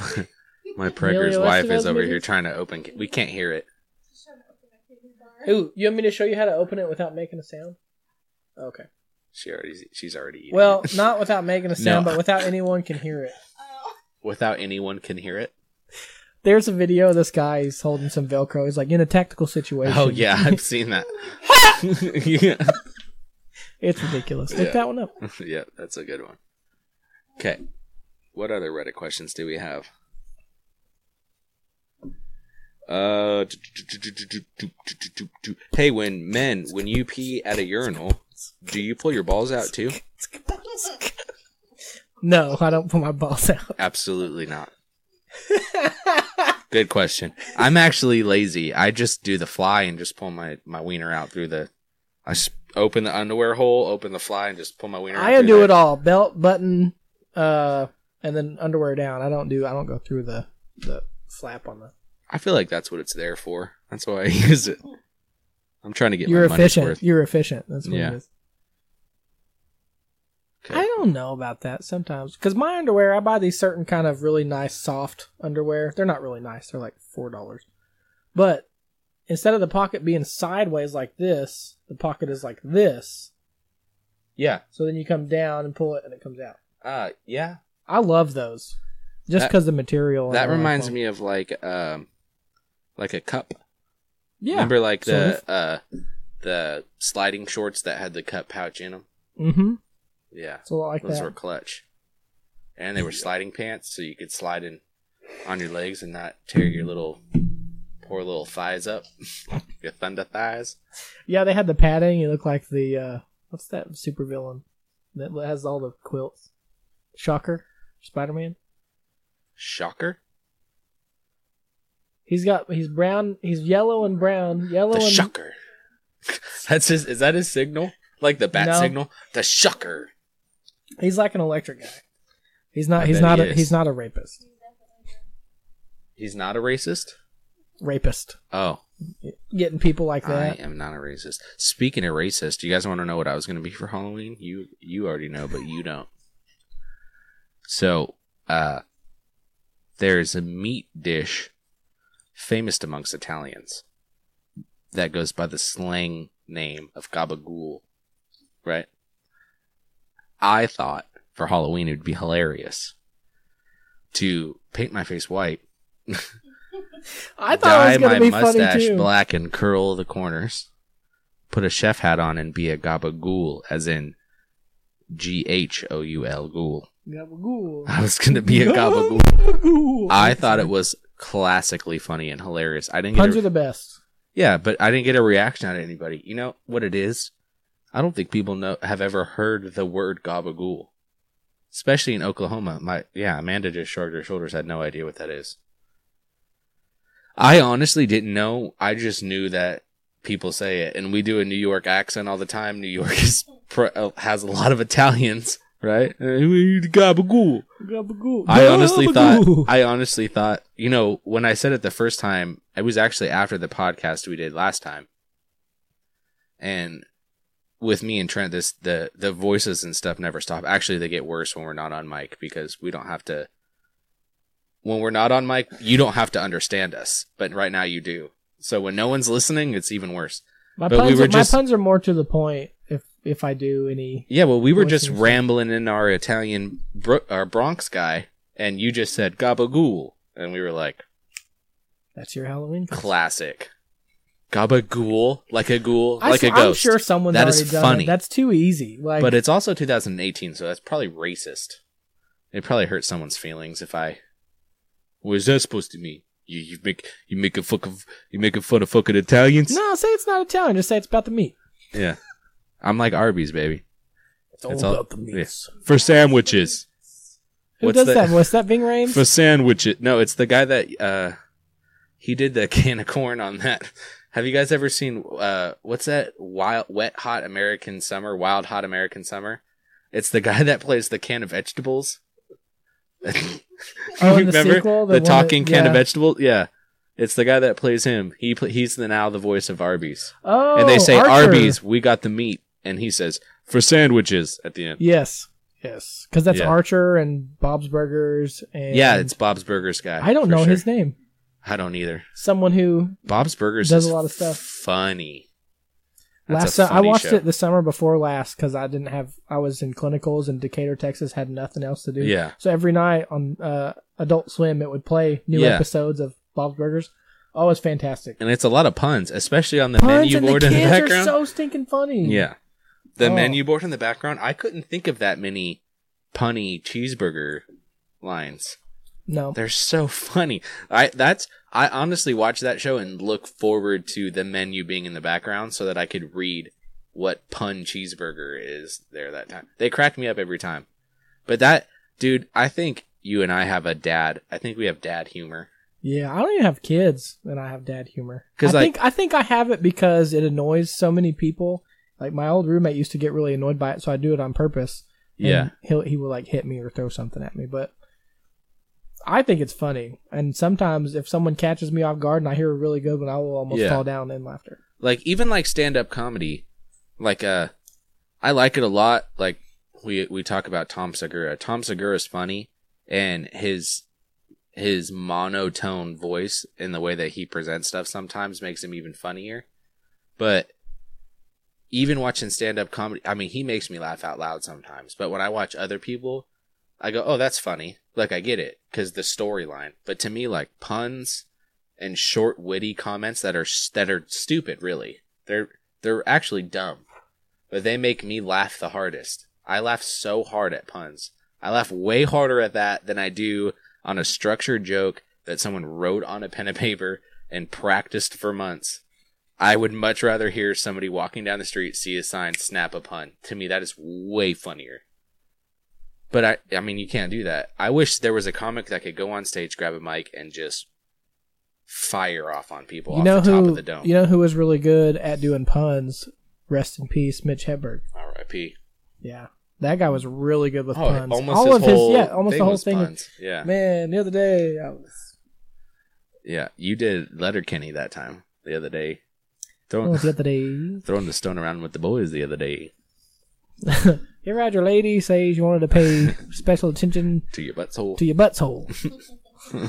S3: it. My pregger's wife
S1: Estevez
S3: is over here
S1: movies?
S3: trying to open. We can't hear it.
S1: Ooh, you want me to show you how to open it without making a sound? Okay.
S3: She already. She's already. Eating
S1: Well,
S3: it.
S1: not without making a sound,
S3: No.
S1: but without anyone can hear it.
S3: without anyone can hear it.
S1: There's a video of this guy, he's holding some Velcro. He's like in a tactical situation.
S3: Oh yeah, I've seen that. yeah.
S1: It's ridiculous. Look
S3: Yeah.
S1: that one up.
S3: yeah, that's a good one. Okay, what other Reddit questions do we have? Uh, hey, when men, when you pee at a urinal, do you pull your balls out too?
S1: No, I don't put my balls out.
S3: Absolutely not. Good question. I'm actually lazy. I just do the fly and just pull my, my wiener out through the. I s- open the underwear hole, open the fly, and just pull my wiener. out
S1: I
S3: through
S1: do
S3: the-
S1: it all: belt, button, uh, and then underwear down. I don't do. I don't go through the the flap on the.
S3: I feel like that's what it's there for. That's why I use it. I'm trying to get
S1: You're
S3: my money's
S1: efficient.
S3: worth.
S1: You're efficient. That's what
S3: Yeah.
S1: it is.
S3: Okay.
S1: I don't know about that sometimes because my underwear. I buy these certain kind of really nice soft underwear. They're not really nice. They're like four dollars, but instead of the pocket being sideways like this, the pocket is like this.
S3: Yeah.
S1: So then you come down and pull it, and it comes out.
S3: Uh. Yeah.
S1: I love those, just
S3: That-
S1: because the material. and
S3: That
S1: all
S3: reminds
S1: fun.
S3: me of like um, like a cup.
S1: Yeah.
S3: Remember like the
S1: sort
S3: uh, the sliding shorts that had the cup pouch in them.
S1: mm-hmm.
S3: Yeah.
S1: It's a lot like
S3: Those
S1: that.
S3: were clutch. And they were sliding pants, so you could slide in on your legs and not tear your little poor little thighs up. your thunder thighs.
S1: Yeah, they had the padding. You look like the uh, what's that supervillain that has all the quilts? Shocker, Spider Man.
S3: Shocker.
S1: He's got he's brown, he's yellow and brown, yellow
S3: The
S1: and
S3: shucker. That's his. Is that his signal? Like the bat
S1: No.
S3: signal? The shucker.
S1: he's like an electric guy. He's not
S3: I
S1: he's
S3: bet
S1: not
S3: he
S1: a,
S3: is.
S1: he's not a rapist.
S3: He's not a racist.
S1: Rapist.
S3: Oh,
S1: Getting people like
S3: I
S1: that.
S3: am not a racist. Speaking of racist, do you guys want to know what I was going to be for Halloween? You you already know, but you don't. So, uh, there's a meat dish famous amongst Italians that goes by the slang name of gabagool, right? I thought for Halloween it would be hilarious to paint my face white
S1: I, thought it was
S3: dye
S1: gonna be
S3: my
S1: funny
S3: mustache
S1: too.
S3: black and curl the corners. Put a chef hat on and be a gabagool, as in G H O U L ghoul.
S1: Gabagool.
S3: I was gonna be a gabagool.
S1: Gabagool.
S3: I thought it was classically funny and hilarious. I didn't
S1: Puns
S3: get
S1: are
S3: a,
S1: the best.
S3: yeah, but I didn't get a reaction out of anybody. You know what it is? I don't think people know have ever heard the word gabagool, especially in Oklahoma. My yeah, Amanda just shrugged her shoulders. Had no idea what that is. I honestly didn't know. I just knew that people say it, and we do a New York accent all the time. New York is pr- uh, has a lot of Italians, right? Uh, we eat Gabagool.
S1: Gabagool.
S3: I honestly
S1: Gabagool.
S3: thought I honestly thought you know when I said it the first time it was actually after the podcast we did last time, and with me and Trent this the the voices and stuff never stop. Actually, they get worse when we're not on mic because we don't have to. When we're not on mic, you don't have to understand us, but right now you do. So when no one's listening, it's even worse.
S1: my
S3: but we
S1: puns
S3: were
S1: are,
S3: just-
S1: my puns are more to the point if if I do any
S3: Yeah, well, we were
S1: Voice
S3: just
S1: and stuff.
S3: rambling in our Italian, Bro- our Bronx guy, and you just said gabagool, and we were like.
S1: that's your Halloween. costume.
S3: classic. Gabagool, like a ghoul,
S1: I
S3: like a
S1: s- I'm
S3: ghost.
S1: sure someone's
S3: That is
S1: already done
S3: funny.
S1: it. That's too easy. Like
S3: but it's also 2018, so that's probably racist. It probably hurt someone's feelings if I. What is that supposed to mean? You you make you make a fuck of you making fun of fucking Italians?
S1: no, say it's not Italian. Just say it's about the meat.
S3: Yeah, I'm like Arby's, baby,
S1: It's all
S3: It's all-
S1: about the meat.
S3: for sandwiches.
S1: Who
S3: What's
S1: does
S3: that-
S1: that? What's that? Bing Rames.
S3: For sandwiches. No, it's the guy that uh he did the can of corn on that. Have you guys ever seen uh what's that wild wet hot American summer, wild hot American summer? It's the guy that plays the can of vegetables.
S1: Oh, in the
S3: remember
S1: sequel,
S3: the,
S1: the one
S3: talking
S1: that-
S3: can of
S1: yeah.
S3: vegetables? Yeah. It's the guy that plays him. He pl- he's the, now the voice of Arby's.
S1: Oh,
S3: and they say
S1: Archer.
S3: Arby's, we got the meat and he says for sandwiches at the end.
S1: Yes, yes, because that's
S3: Yeah.
S1: Archer and Bob's Burgers. And
S3: yeah, it's Bob's Burgers guy.
S1: I don't
S3: for
S1: know
S3: sure.
S1: his name.
S3: I don't either.
S1: Someone who
S3: Bob's Burgers
S1: Does
S3: is
S1: a lot of stuff.
S3: Funny.
S1: last
S3: That's
S1: su-
S3: a
S1: I
S3: funny
S1: watched
S3: show.
S1: it the summer before last because I didn't have I was in clinicals in Decatur, Texas, had nothing else to do.
S3: Yeah,
S1: So every night on uh, Adult Swim, it would play new
S3: Yeah.
S1: episodes of Bob's Burgers. Oh, it's fantastic.
S3: and it's a lot of puns, especially on the
S1: Puns
S3: menu
S1: and the
S3: board
S1: kids
S3: in the
S1: are
S3: background.
S1: so stinking funny.
S3: yeah, the
S1: Oh.
S3: menu board in the background. I couldn't think of that many punny cheeseburger lines.
S1: No.
S3: They're so funny. I that's I honestly watch that show and look forward to the menu being in the background so that I could read what pun cheeseburger is there that time. They crack me up every time. But that dude, I think you and I have a dad. I think we have dad humor.
S1: Yeah, I don't even have kids, and I have dad humor.
S3: 'Cause,
S1: I
S3: like-
S1: think I think I have it because it annoys so many people. Like my old roommate used to get really annoyed by it, so I do it on purpose. And
S3: Yeah.
S1: he'll he will like hit me or throw something at me, but I think it's funny. And sometimes if someone catches me off guard and I hear a really good one, I will almost
S3: Yeah.
S1: fall down in laughter.
S3: like even like stand up comedy, like uh, I like it a lot. Like we we talk about Tom Segura. Tom Segura is funny, and his his monotone voice and the way that he presents stuff sometimes makes him even funnier. But even watching stand up comedy, I mean, he makes me laugh out loud sometimes. But when I watch other people, I go, "Oh, that's funny." Like I get it because the storyline. But to me, like puns and short witty comments that are s- that are stupid really they're they're actually dumb but they make me laugh the hardest i laugh so hard at puns i laugh way harder at that than i do on a structured joke that someone wrote on a pen and paper and practiced for months i would much rather hear somebody walking down the street see a sign snap a pun to me that is way funnier but i i mean you can't do that i wish there was a comic that could go on stage grab a mic and just fire off on people
S1: you
S3: off
S1: know
S3: the top
S1: who
S3: of the dome.
S1: you know who was really good at doing puns. Rest in peace, Mitch Hedberg.
S3: R.I.P.
S1: Yeah, that guy was really good with
S3: Oh,
S1: puns.
S3: almost
S1: All
S3: his
S1: of
S3: whole
S1: his yeah, almost
S3: thing
S1: the whole
S3: was
S1: thing.
S3: puns. Yeah,
S1: Man, the other day I was,
S3: yeah. You did Letterkenny that time the other day,
S1: what
S3: throwing
S1: was the other day. You
S3: throwing the stone around with the boys the other day
S1: ever had your lady say you wanted to pay special attention
S3: to your butthole.
S1: to your butthole?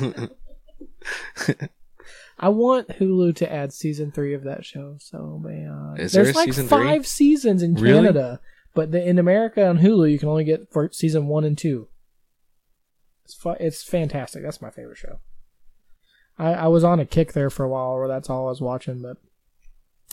S1: I want Hulu to add season three of that show. So man,
S3: Is there
S1: there's
S3: a
S1: like
S3: season three?
S1: five seasons in
S3: Really?
S1: Canada, but the, in America on Hulu you can only get for season one and two. It's fu- it's fantastic. That's my favorite show. I, I was on a kick there for a while where that's all I was watching, but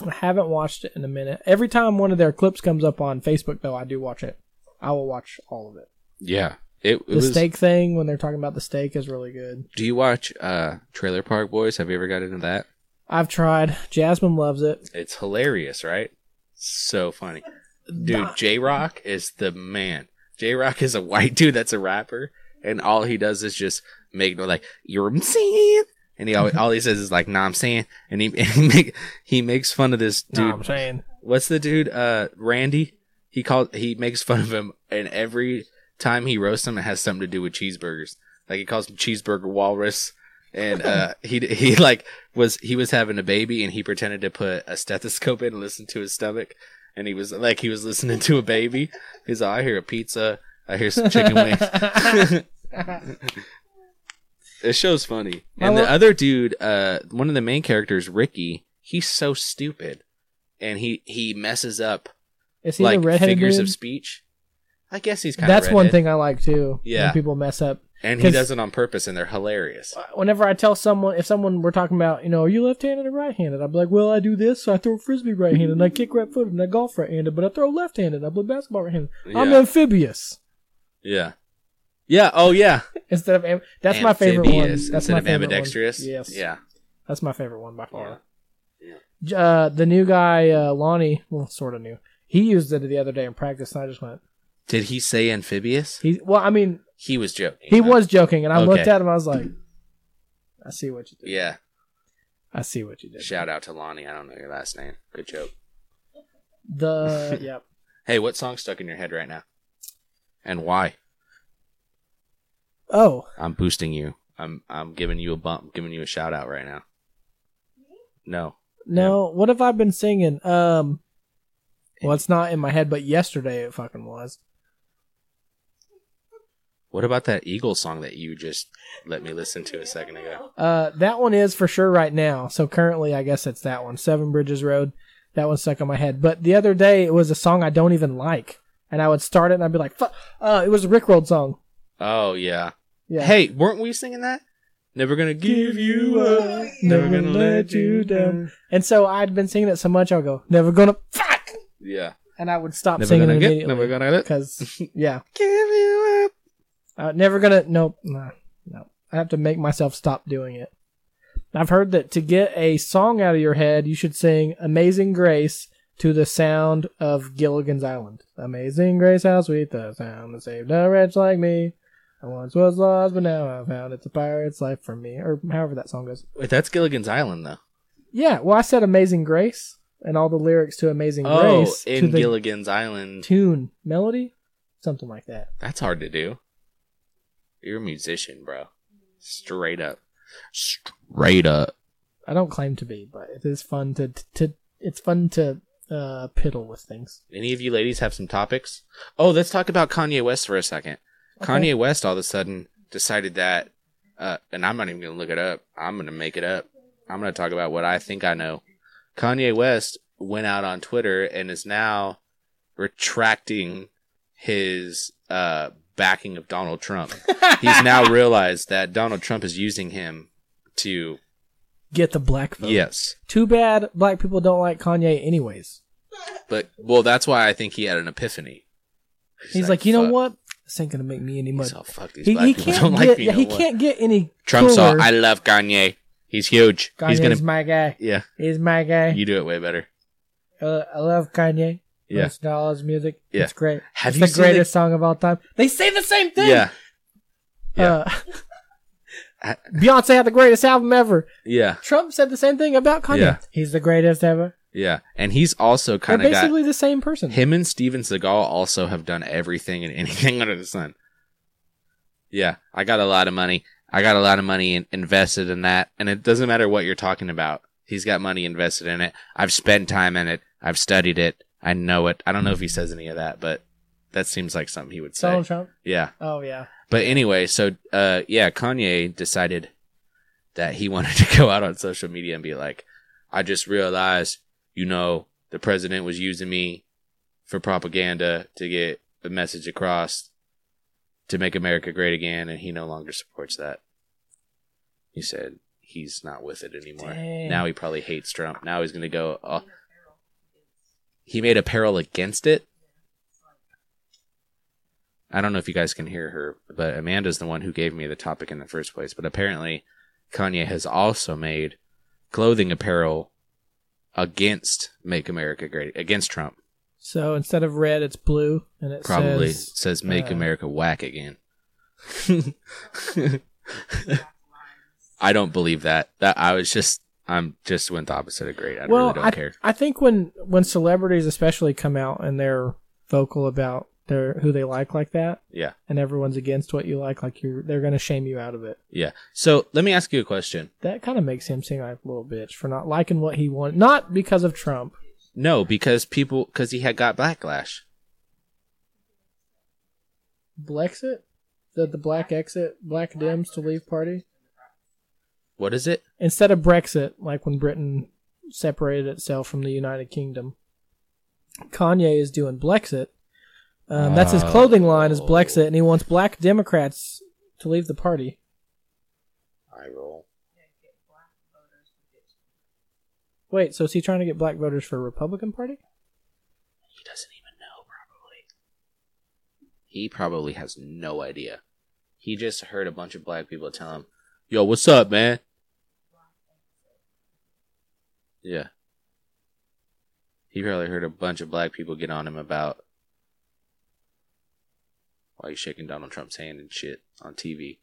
S1: I haven't watched it in a minute. Every time one of their clips comes up on Facebook, though, I do watch it. I will watch all of it.
S3: yeah, it, it
S1: The
S3: was.
S1: steak thing when they're talking about the steak is really good.
S3: Do you watch uh, Trailer Park Boys? Have you ever got into that?
S1: I've tried. Jasmine loves it.
S3: It's hilarious, right? So funny. Dude,
S1: Nah.
S3: J Rock is the man. J Rock is a white dude that's a rapper, and all he does is just make no like you're what I'm saying, and he always all he says is like nah I'm saying, and he, he make he makes fun of this dude.
S1: Nah, I'm saying.
S3: What's the dude? Uh, Randy. He called. He makes fun of him, and every time he roasts him, it has something to do with cheeseburgers. Like he calls him cheeseburger walrus, and uh, he he like was he was having a baby, and he pretended to put a stethoscope in and listen to his stomach, and he was like he was listening to a baby. He's like, I hear a pizza. I hear some chicken wings. This show's funny.
S1: I
S3: and
S1: lo-
S3: the other dude, uh, one of the main characters, Ricky, he's so stupid, and he he messes up
S1: Is he
S3: like
S1: the redheaded
S3: figures
S1: dude?
S3: of speech. I guess he's kind of
S1: That's one thing I like too.
S3: Yeah.
S1: when people mess up.
S3: and he
S1: 'cause-
S3: does it on purpose, and they're hilarious.
S1: Whenever I tell someone, if someone we're talking about, you know, are you left-handed or right-handed? I'm like, well, I do this, so I throw frisbee right-handed, and I kick right-footed, and I golf right-handed, but I throw left-handed. I play basketball right-handed. I'm
S3: Yeah.
S1: amphibious
S3: Yeah, yeah. Oh yeah,
S1: instead of am- that's my favorite one.
S3: Amphibious
S1: That's
S3: instead
S1: my
S3: of
S1: favorite one.
S3: ambidextrous.
S1: Yes,
S3: Yeah.
S1: that's my favorite one by far.
S3: Yeah.
S1: J- Uh, the new guy, uh, Lonnie, well, sort of new. He used it the other day in practice, and I just went,
S3: Did he say amphibious?
S1: he. Well, I mean,
S3: He was joking.
S1: He
S3: huh?
S1: was joking, and I looked
S3: Okay.
S1: at him. I was like, "I see what you did.
S3: Yeah.
S1: I see what you did."
S3: Shout out to Lonnie. I don't know your last name. Good joke.
S1: The yeah,
S3: Hey, what song stuck in your head right now? And why?
S1: oh,
S3: I'm boosting you. I'm I'm giving you a bump. Giving you a shout out right now. No.
S1: no, what have I been singing? Um, well, it's not in my head, but yesterday it fucking was.
S3: What about that Eagle song that you just let me listen to a second ago?
S1: Uh, that one is for sure right now. So currently, I guess it's that one, Seven Bridges Road. That one stuck in my head. But the other day, it was a song I don't even like, and I would start it, and I'd be like, "Fuck!" Uh, it was a Rickrolled song.
S3: Oh yeah.
S1: Yeah.
S3: Hey, weren't we singing that? Never gonna give you up. Never gonna let you down.
S1: And so I'd been singing it so much, I'll go, "Never gonna fuck,"
S3: Yeah.
S1: and I would stop
S3: Never
S1: singing
S3: gonna
S1: it
S3: get.
S1: immediately.
S3: Never gonna let.
S1: because yeah,
S3: Give you up.
S1: uh, never gonna. Nope, nah, no. I have to make myself stop doing it. I've heard that to get a song out of your head, you should sing "Amazing Grace" to the sound of Gilligan's Island. Amazing Grace, how sweet the sound that saved a wretch like me. I once was lost, but now I found it's a pirate's life for me, or however that song goes.
S3: Wait, that's Gilligan's Island though.
S1: Yeah, well, I said "Amazing Grace" and all the lyrics to "Amazing
S3: Oh,
S1: Grace" to
S3: in
S1: the
S3: Gilligan's Island.
S1: tune melody, something like that.
S3: That's hard to do. You're a musician, bro. Straight up. Straight up.
S1: I don't claim to be, but it is fun to to it's fun to uh, piddle with things.
S3: Any of you ladies have some topics? Oh, let's talk about Kanye West for a second. Kanye West all of a sudden decided that, uh, and I'm not even going to look it up. I'm going to make it up. I'm going to talk about what I think I know. Kanye West went out on Twitter and is now retracting his uh, backing of Donald Trump. He's now realized that Donald Trump is using him to,
S1: Get the black vote.
S3: yes.
S1: Too bad black people don't like Kanye anyways.
S3: But, well, that's why I think he had an epiphany.
S1: He's, like, you know
S3: "Fuck."
S1: what? This ain't gonna make me any money.
S3: He's all, fuck these
S1: He,
S3: black
S1: he
S3: people
S1: can't
S3: don't
S1: get
S3: like me.
S1: yeah,
S3: no
S1: he
S3: more."
S1: can't get any
S3: Trump saw,
S1: cooler.
S3: I love Kanye. He's huge.
S1: Kanye's
S3: He's gonna.
S1: my guy.
S3: Yeah,
S1: He's my guy.
S3: you do it way better.
S1: Uh, I love Kanye.
S3: Yeah.
S1: Listen to all his music.
S3: Yeah.
S1: It's great.
S3: Have
S1: it's
S3: you
S1: the
S3: seen the-
S1: greatest song of all time. They say the same thing.
S3: Yeah, yeah.
S1: Uh,
S3: I-
S1: Beyonce had the greatest album ever.
S3: Yeah,
S1: Trump said the same thing about Kanye.
S3: Yeah.
S1: He's the greatest ever.
S3: yeah, and he's also kind
S1: They're
S3: of got
S1: basically the same person.
S3: him and Steven Seagal also have done everything and anything under the sun. Yeah, I got a lot of money. I got a lot of money in, invested in that, and it doesn't matter what you're talking about. He's got money invested in it. I've spent time in it. I've studied it. I know it. I don't know if he says any of that, but that seems like something he would say.
S1: Donald Trump.
S3: yeah.
S1: Oh yeah.
S3: But anyway, so uh, yeah, Kanye decided that he wanted to go out on social media and be like, "I just realized, you know, the president was using me for propaganda to get a message across to make America great again, and he no longer supports that." He said he's not with it anymore.
S1: Dang.
S3: Now he probably hates Trump. Now he's gonna go. Uh, he made apparel against it. I don't know if you guys can hear her, but Amanda's the one who gave me the topic in the first place. But apparently, Kanye has also made clothing apparel against "Make America Great" against Trump.
S1: So instead of red, it's blue, and it
S3: Probably
S1: says
S3: says, "Make
S1: uh,
S3: America Whack Again." I don't believe that. That I was just I'm just went the opposite of great. I
S1: well,
S3: really don't
S1: I,
S3: care.
S1: I think when when celebrities especially come out and they're vocal about their who they like like that,
S3: Yeah.
S1: and everyone's against what you like, like you're they're gonna shame you out of it.
S3: Yeah. So let me ask you a question.
S1: That kind of makes him seem like a little bitch for not liking what he wanted, not because of Trump.
S3: No, because people because he had got backlash.
S1: Blexit, the the black exit, black Dems to leave party
S3: What is it?
S1: instead of Brexit, like when Britain separated itself from the United Kingdom. Kanye is doing Blexit. Um, that's his clothing line is Blexit, and he wants black Democrats to leave the party.
S3: I roll.
S1: Wait, so is he trying to get black voters for a Republican Party?
S3: He doesn't even know, probably. He probably has no idea. He just heard a bunch of black people tell him, "Yo, what's up, man?" Yeah. He probably heard a bunch of black people get on him about why he's shaking Donald Trump's hand and shit on TV.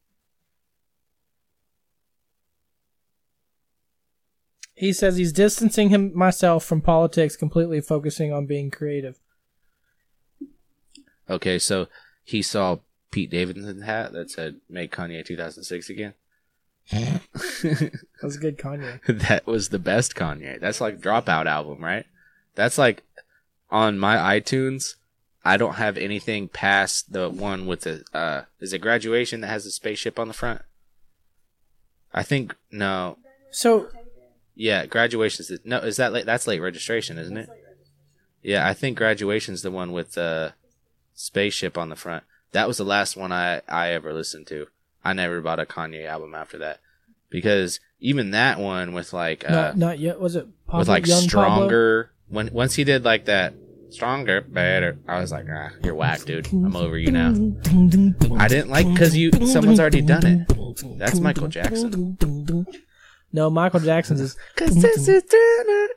S1: He says he's distancing him myself from politics, completely focusing on being creative.
S3: Okay, so he saw Pete Davidson's hat that said "Make Kanye 2006 again."
S1: That's good, Kanye.
S3: that was the best Kanye. That's like Dropout album, right? That's like on my iTunes. I don't have anything past the one with the uh, is it graduation that has the spaceship on the front? I think no,
S1: So
S3: yeah, graduation's the, no. Is that late? That's late registration, isn't it? Yeah, I think graduation's the one with the spaceship on the front. That was the last one I I ever listened to. I never bought a Kanye album after that because even that one with like uh,
S1: not, not yet. Was it Pablo,
S3: with like
S1: Young Pablo?
S3: stronger when once he did like that stronger better. I was like, ah, you're whack, dude. I'm over you now. I didn't like because you someone's already done it. That's Michael Jackson.
S1: No, Michael Jackson's is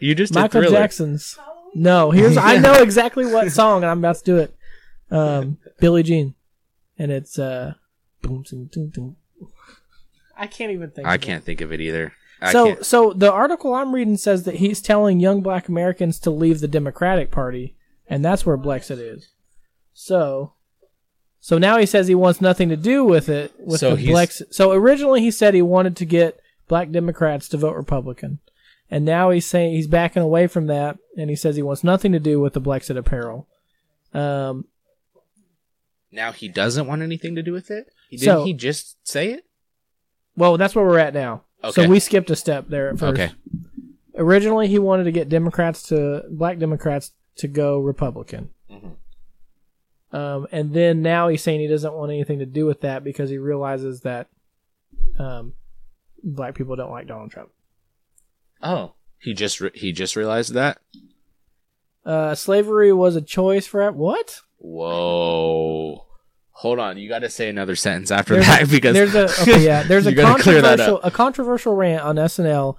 S3: You just did
S1: Michael
S3: Thriller.
S1: Jackson's. No, here's I know exactly what song, and I'm about to do it. Um, Billie Jean, and it's uh, boom, ding, ding, ding. I can't even think.
S3: I
S1: of it.
S3: can't think of it either. I
S1: so,
S3: can't.
S1: so the article I'm reading says that he's telling young Black Americans to leave the Democratic Party, and that's where Blexit is. So, so now he says he wants nothing to do with it. With
S3: So
S1: the
S3: he's-
S1: Blexit. So originally he said he wanted to get Black Democrats to vote Republican, and now he's saying he's backing away from that, and he says he wants nothing to do with the Blexit apparel. Um,
S3: now he doesn't want anything to do with it. He- Didn't
S1: So-
S3: he just say it?
S1: well, that's where we're at now. So
S3: Okay.
S1: we skipped a step there at first.
S3: Okay.
S1: originally he wanted to get Democrats to black Democrats to go Republican.
S3: Mhm.
S1: Um, and then now he's saying he doesn't want anything to do with that because he realizes that um, black people don't like Donald Trump.
S3: Oh, he just re- he just realized that.
S1: Uh, slavery was a choice for what?
S3: Whoa. Hold on, you got to say another sentence after
S1: There's-
S3: that because
S1: There's a okay, yeah. There's a
S3: you gotta clear that
S1: controversial a controversial rant on SNL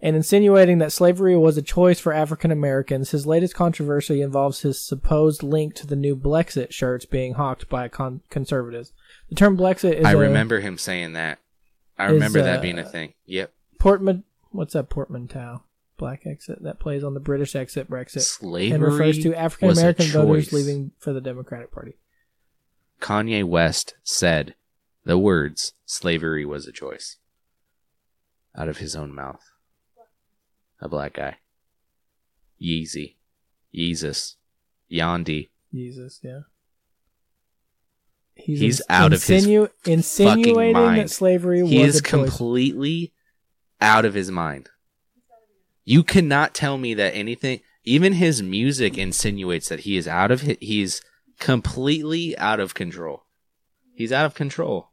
S1: and insinuating that slavery was a choice for African Americans. His latest controversy involves his supposed link to the new Blexit shirts being hawked by con- conservatives. The term Blexit is
S3: I
S1: a-
S3: remember him saying that. I
S1: Is,
S3: remember
S1: uh,
S3: that being a thing. Yep.
S1: Portman, what's that portmanteau? Black exit that plays on the British exit Brexit
S3: Slavery
S1: and refers to African American
S3: was a
S1: voters
S3: choice.
S1: leaving for the Democratic Party.
S3: Kanye West said the words slavery was a choice out of his own mouth. A black guy. Yeezy. Yeezus. Yandi.
S1: Jesus, yeah. He's,
S3: He's out of his
S1: insinuating that
S3: mind.
S1: slavery
S3: He
S1: was
S3: is
S1: a choice.
S3: completely out of his mind. You cannot tell me that anything even his music insinuates that he is out of his, he's completely out of control. He's out of control.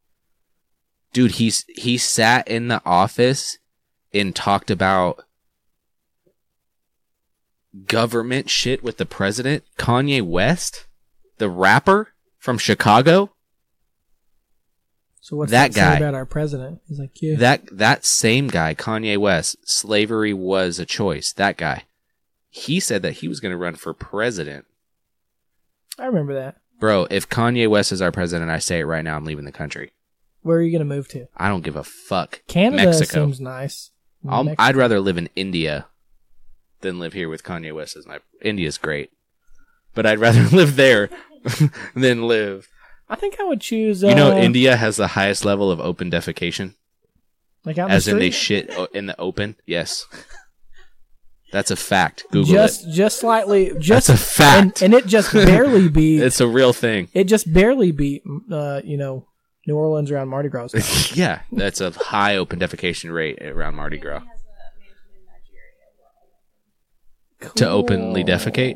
S3: Dude, he's he sat in the office and talked about government shit with the president, Kanye West, the rapper from Chicago.
S1: so what's that,
S3: that
S1: guy
S3: guy-
S1: about our president? He's like, yeah,
S3: That that same guy, Kanye West, slavery was a choice. That guy, he said that he was going to run for president.
S1: I remember that.
S3: Bro, if Kanye West is our president, I say it right now, I'm leaving the country.
S1: Where are you gonna move to?
S3: I don't give a fuck.
S1: Canada
S3: Mexico.
S1: seems nice.
S3: I'll,
S1: Mex-
S3: I'd rather live in India than live here with Kanye West as my. India's great, but I'd rather live there than live.
S1: I think I would choose. Uh,
S3: You know, India has the highest level of open defecation,
S1: like out in
S3: as
S1: the
S3: in they
S1: street?
S3: shit o- in the open. Yes, that's a fact. Google it.
S1: just just slightly just
S3: That's a fact.
S1: and, and it just barely beat
S3: it's a real thing.
S1: it just barely beat uh, you know New Orleans around Mardi Gras.
S3: yeah, that's a high open defecation rate around Mardi Gras. To openly defecate?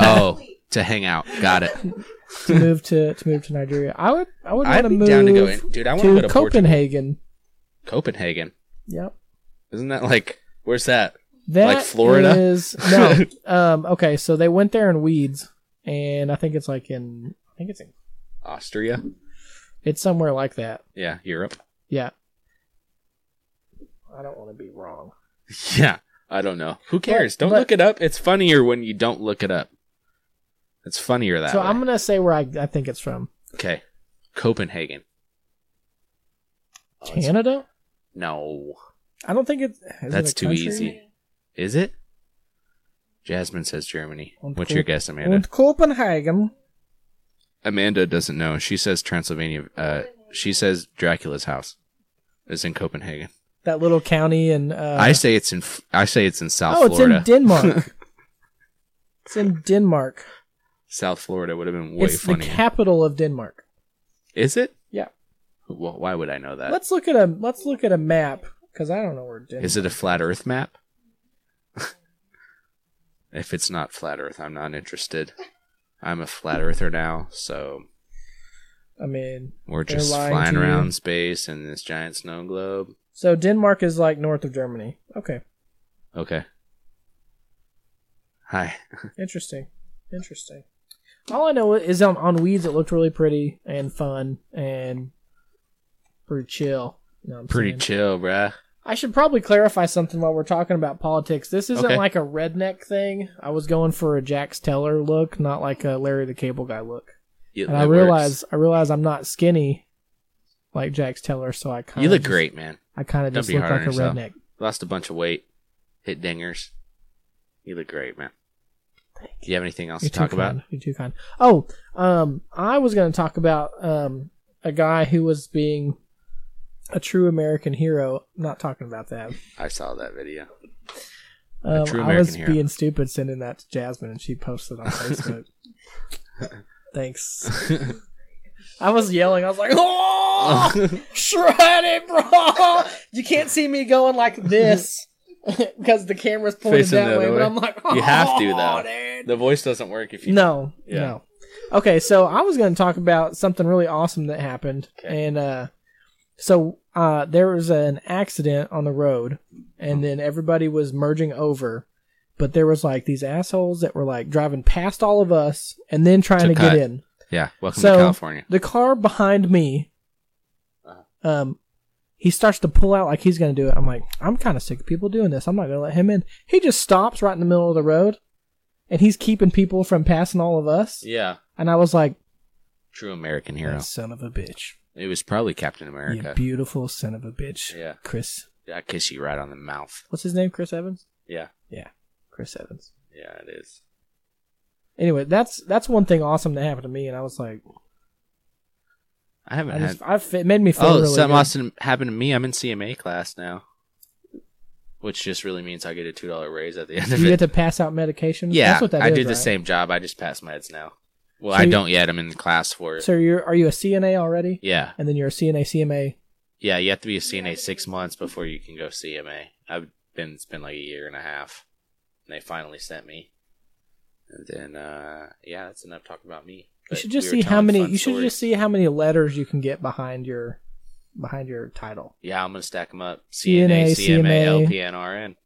S3: Oh, to hang out. Got it.
S1: to move to to move to Nigeria. I would I would want
S3: I'd
S1: to
S3: be
S1: move
S3: down to go in. Dude, I want to go to Portugal.
S1: Copenhagen.
S3: Copenhagen.
S1: Yep.
S3: Isn't that like, where's that?
S1: That
S3: Like Florida?
S1: is no. um, okay, so they went there in weeds, and I think it's like in I think it's in
S3: Austria?
S1: it's somewhere like that.
S3: Yeah, Europe.
S1: Yeah. I don't want to be wrong.
S3: Yeah, I don't know. Who cares? don't
S1: but-
S3: look it up. It's funnier when you don't look it up. It's funnier that
S1: so
S3: way.
S1: I'm gonna say where I, I think it's from.
S3: okay. Copenhagen. Oh, it's-
S1: Canada?
S3: No.
S1: I don't think it. is it
S3: That's
S1: a
S3: too
S1: country?
S3: easy. Is it? Jasmine says Germany.
S1: Und
S3: What's
S1: Cop-
S3: your guess, Amanda?
S1: And Copenhagen.
S3: Amanda doesn't know. She says Transylvania. Uh, she says Dracula's house is in Copenhagen.
S1: That little county and uh,
S3: I say it's in. F- I say it's in South
S1: oh,
S3: Florida.
S1: it's in Denmark. it's in Denmark.
S3: South Florida would have been way
S1: it's
S3: funnier.
S1: the capital of Denmark.
S3: is it?
S1: Yeah.
S3: Well, why would I know that?
S1: Let's look at a let's look at a map because I don't know where Denmark.
S3: Is it a flat Earth map? if it's not flat Earth, I'm not interested. I'm a flat Earther now, so
S1: I mean,
S3: we're
S1: They're
S3: just
S1: lying
S3: flying
S1: to you.
S3: around space in this giant snow globe.
S1: so Denmark is like north of Germany. Okay,
S3: Okay. Hi.
S1: interesting, interesting. All I know is on on weeds it looked really pretty and fun and pretty chill. You know what I'm
S3: Pretty
S1: saying?
S3: chill, bruh.
S1: I should probably clarify something while we're talking about politics. This isn't
S3: Okay.
S1: like a redneck thing. I was going for a Jax Teller look, not like a Larry the Cable Guy look.
S3: You-
S1: and I
S3: that works.
S1: realize I realize I'm not skinny like Jax Teller, so I kind
S3: you look great, man.
S1: I kind of just
S3: be
S1: look
S3: hard
S1: like a
S3: on yourself.
S1: redneck.
S3: Lost a bunch of weight. Hit dingers. You look great, man. Do you have anything else
S1: You're
S3: to talk
S1: too
S3: about?
S1: kind. You're too kind. Oh, um, I was going to talk about um a guy who was being a true American hero. I'm not talking about that.
S3: I saw that video.
S1: Um,
S3: true
S1: I was
S3: American hero.
S1: being stupid sending that to Jasmine, and she posted on Facebook. Thanks. I was yelling. I was like, "Oh, shred it, bro!" You can't see me going like this because the camera's pointed
S3: Facing
S1: that
S3: the
S1: way,
S3: other
S1: But
S3: way.
S1: I'm like,
S3: You have to,
S2: Oh,
S3: though. The voice doesn't work if you.
S1: No,
S3: Yeah.
S1: no. Okay, so I was going to talk about something really awesome that happened,
S3: Okay.
S1: and uh, so uh, there was an accident on the road,
S3: Mm-hmm.
S1: and then everybody was merging over, but there was like these assholes that were like driving past all of us and then trying to,
S3: To
S1: get
S3: cut.
S1: in.
S3: Yeah. Welcome
S1: So-
S3: to California. Uh-huh.
S1: The car behind me, um, he starts to pull out like he's going to do it. I'm like, I'm kind of sick of people doing this. I'm not going to let him in. He just stops right in the middle of the road, and he's keeping people from passing all of us.
S3: Yeah.
S1: And I was like,
S3: True American
S1: that
S3: hero.
S1: son of a bitch.
S3: It was probably Captain
S1: You
S3: America.
S1: beautiful son of a bitch.
S3: yeah.
S1: Chris.
S3: I kiss you right on the mouth.
S1: What's his name? Chris Evans?
S3: Yeah.
S1: Chris Evans.
S3: Yeah, it is.
S1: Anyway, that's that's one thing awesome that happened to me, and I was like,
S3: I haven't
S1: I
S3: had.
S1: just, I fe- it made me feel
S3: oh,
S1: really
S3: something
S1: good.
S3: awesome happened to me. I'm in CMA class now, which just really means I get a two dollar raise at the end of
S1: You
S3: it.
S1: get to pass out medications.
S3: yeah,
S1: that's what that
S3: I
S1: is,
S3: did the
S1: right?
S3: same job. I just passed meds now. Well,
S1: So
S3: I
S1: you-
S3: don't yet. I'm in class for it.
S1: So you're are you a CNA already?
S3: yeah,
S1: And then you're a CNA CMA.
S3: yeah. You have to be a CNA six months before you can go CMA. I've been it's been like a year and a half, and they finally sent me. And then uh yeah, that's enough talk about me.
S1: You
S3: But
S1: should just
S3: we were
S1: see how
S3: telling
S1: many.
S3: fun
S1: You should
S3: stories.
S1: just see how many letters you can get behind your behind your title.
S3: Yeah, I'm gonna stack them up.
S1: CNA,
S3: CNA, CMA,
S1: CMA.
S3: LPN, RN.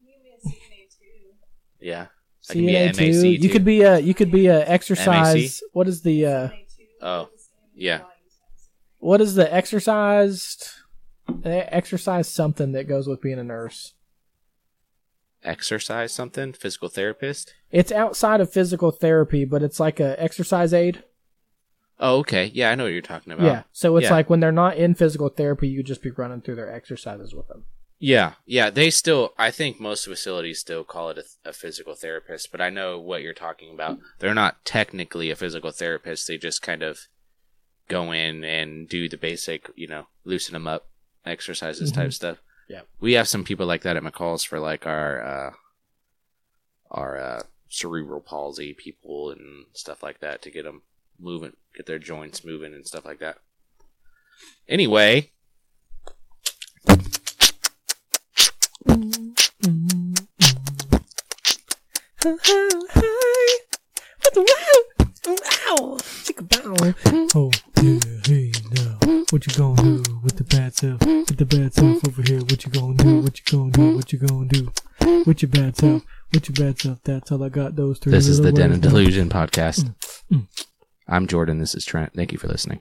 S3: Yeah. I can be a
S1: CNA too.
S3: MAC
S1: You
S3: too.
S1: could be a you could be a exercise. What is the uh,
S3: Oh, yeah.
S1: what is the exercised eh, exercise something that goes with being a nurse?
S3: Exercise something. Physical therapist.
S1: It's outside of physical therapy, but it's like a exercise aid.
S3: Oh, okay. Yeah, I know what you're talking about.
S1: Yeah. So it's
S3: Uh-huh. Yeah.
S1: like when they're not in physical therapy, you just be running through their exercises with them.
S3: Yeah, yeah. They still, I think most facilities still call it a, a physical therapist, but I know what you're talking about. They're not technically a physical therapist. They just kind of go in and do the basic, you know, loosen them up exercises type stuff.
S1: Yeah.
S3: we have some people like that at McCall's for like our uh, our uh, cerebral palsy people and stuff like that to get them moving, get their joints moving and stuff like that. Anyway,
S1: Oh, yeah, hey now. What you gonna do with the bad self? With the bad self over here. What you gonna do? What you gonna do? What you gonna do? With your bad self? With your bad self? That's all I got. Those three.
S3: This is the
S1: little
S3: Den of
S1: words.
S3: Delusion podcast.
S1: mm.
S3: I'm Jordan. This is Trent. Thank you for listening.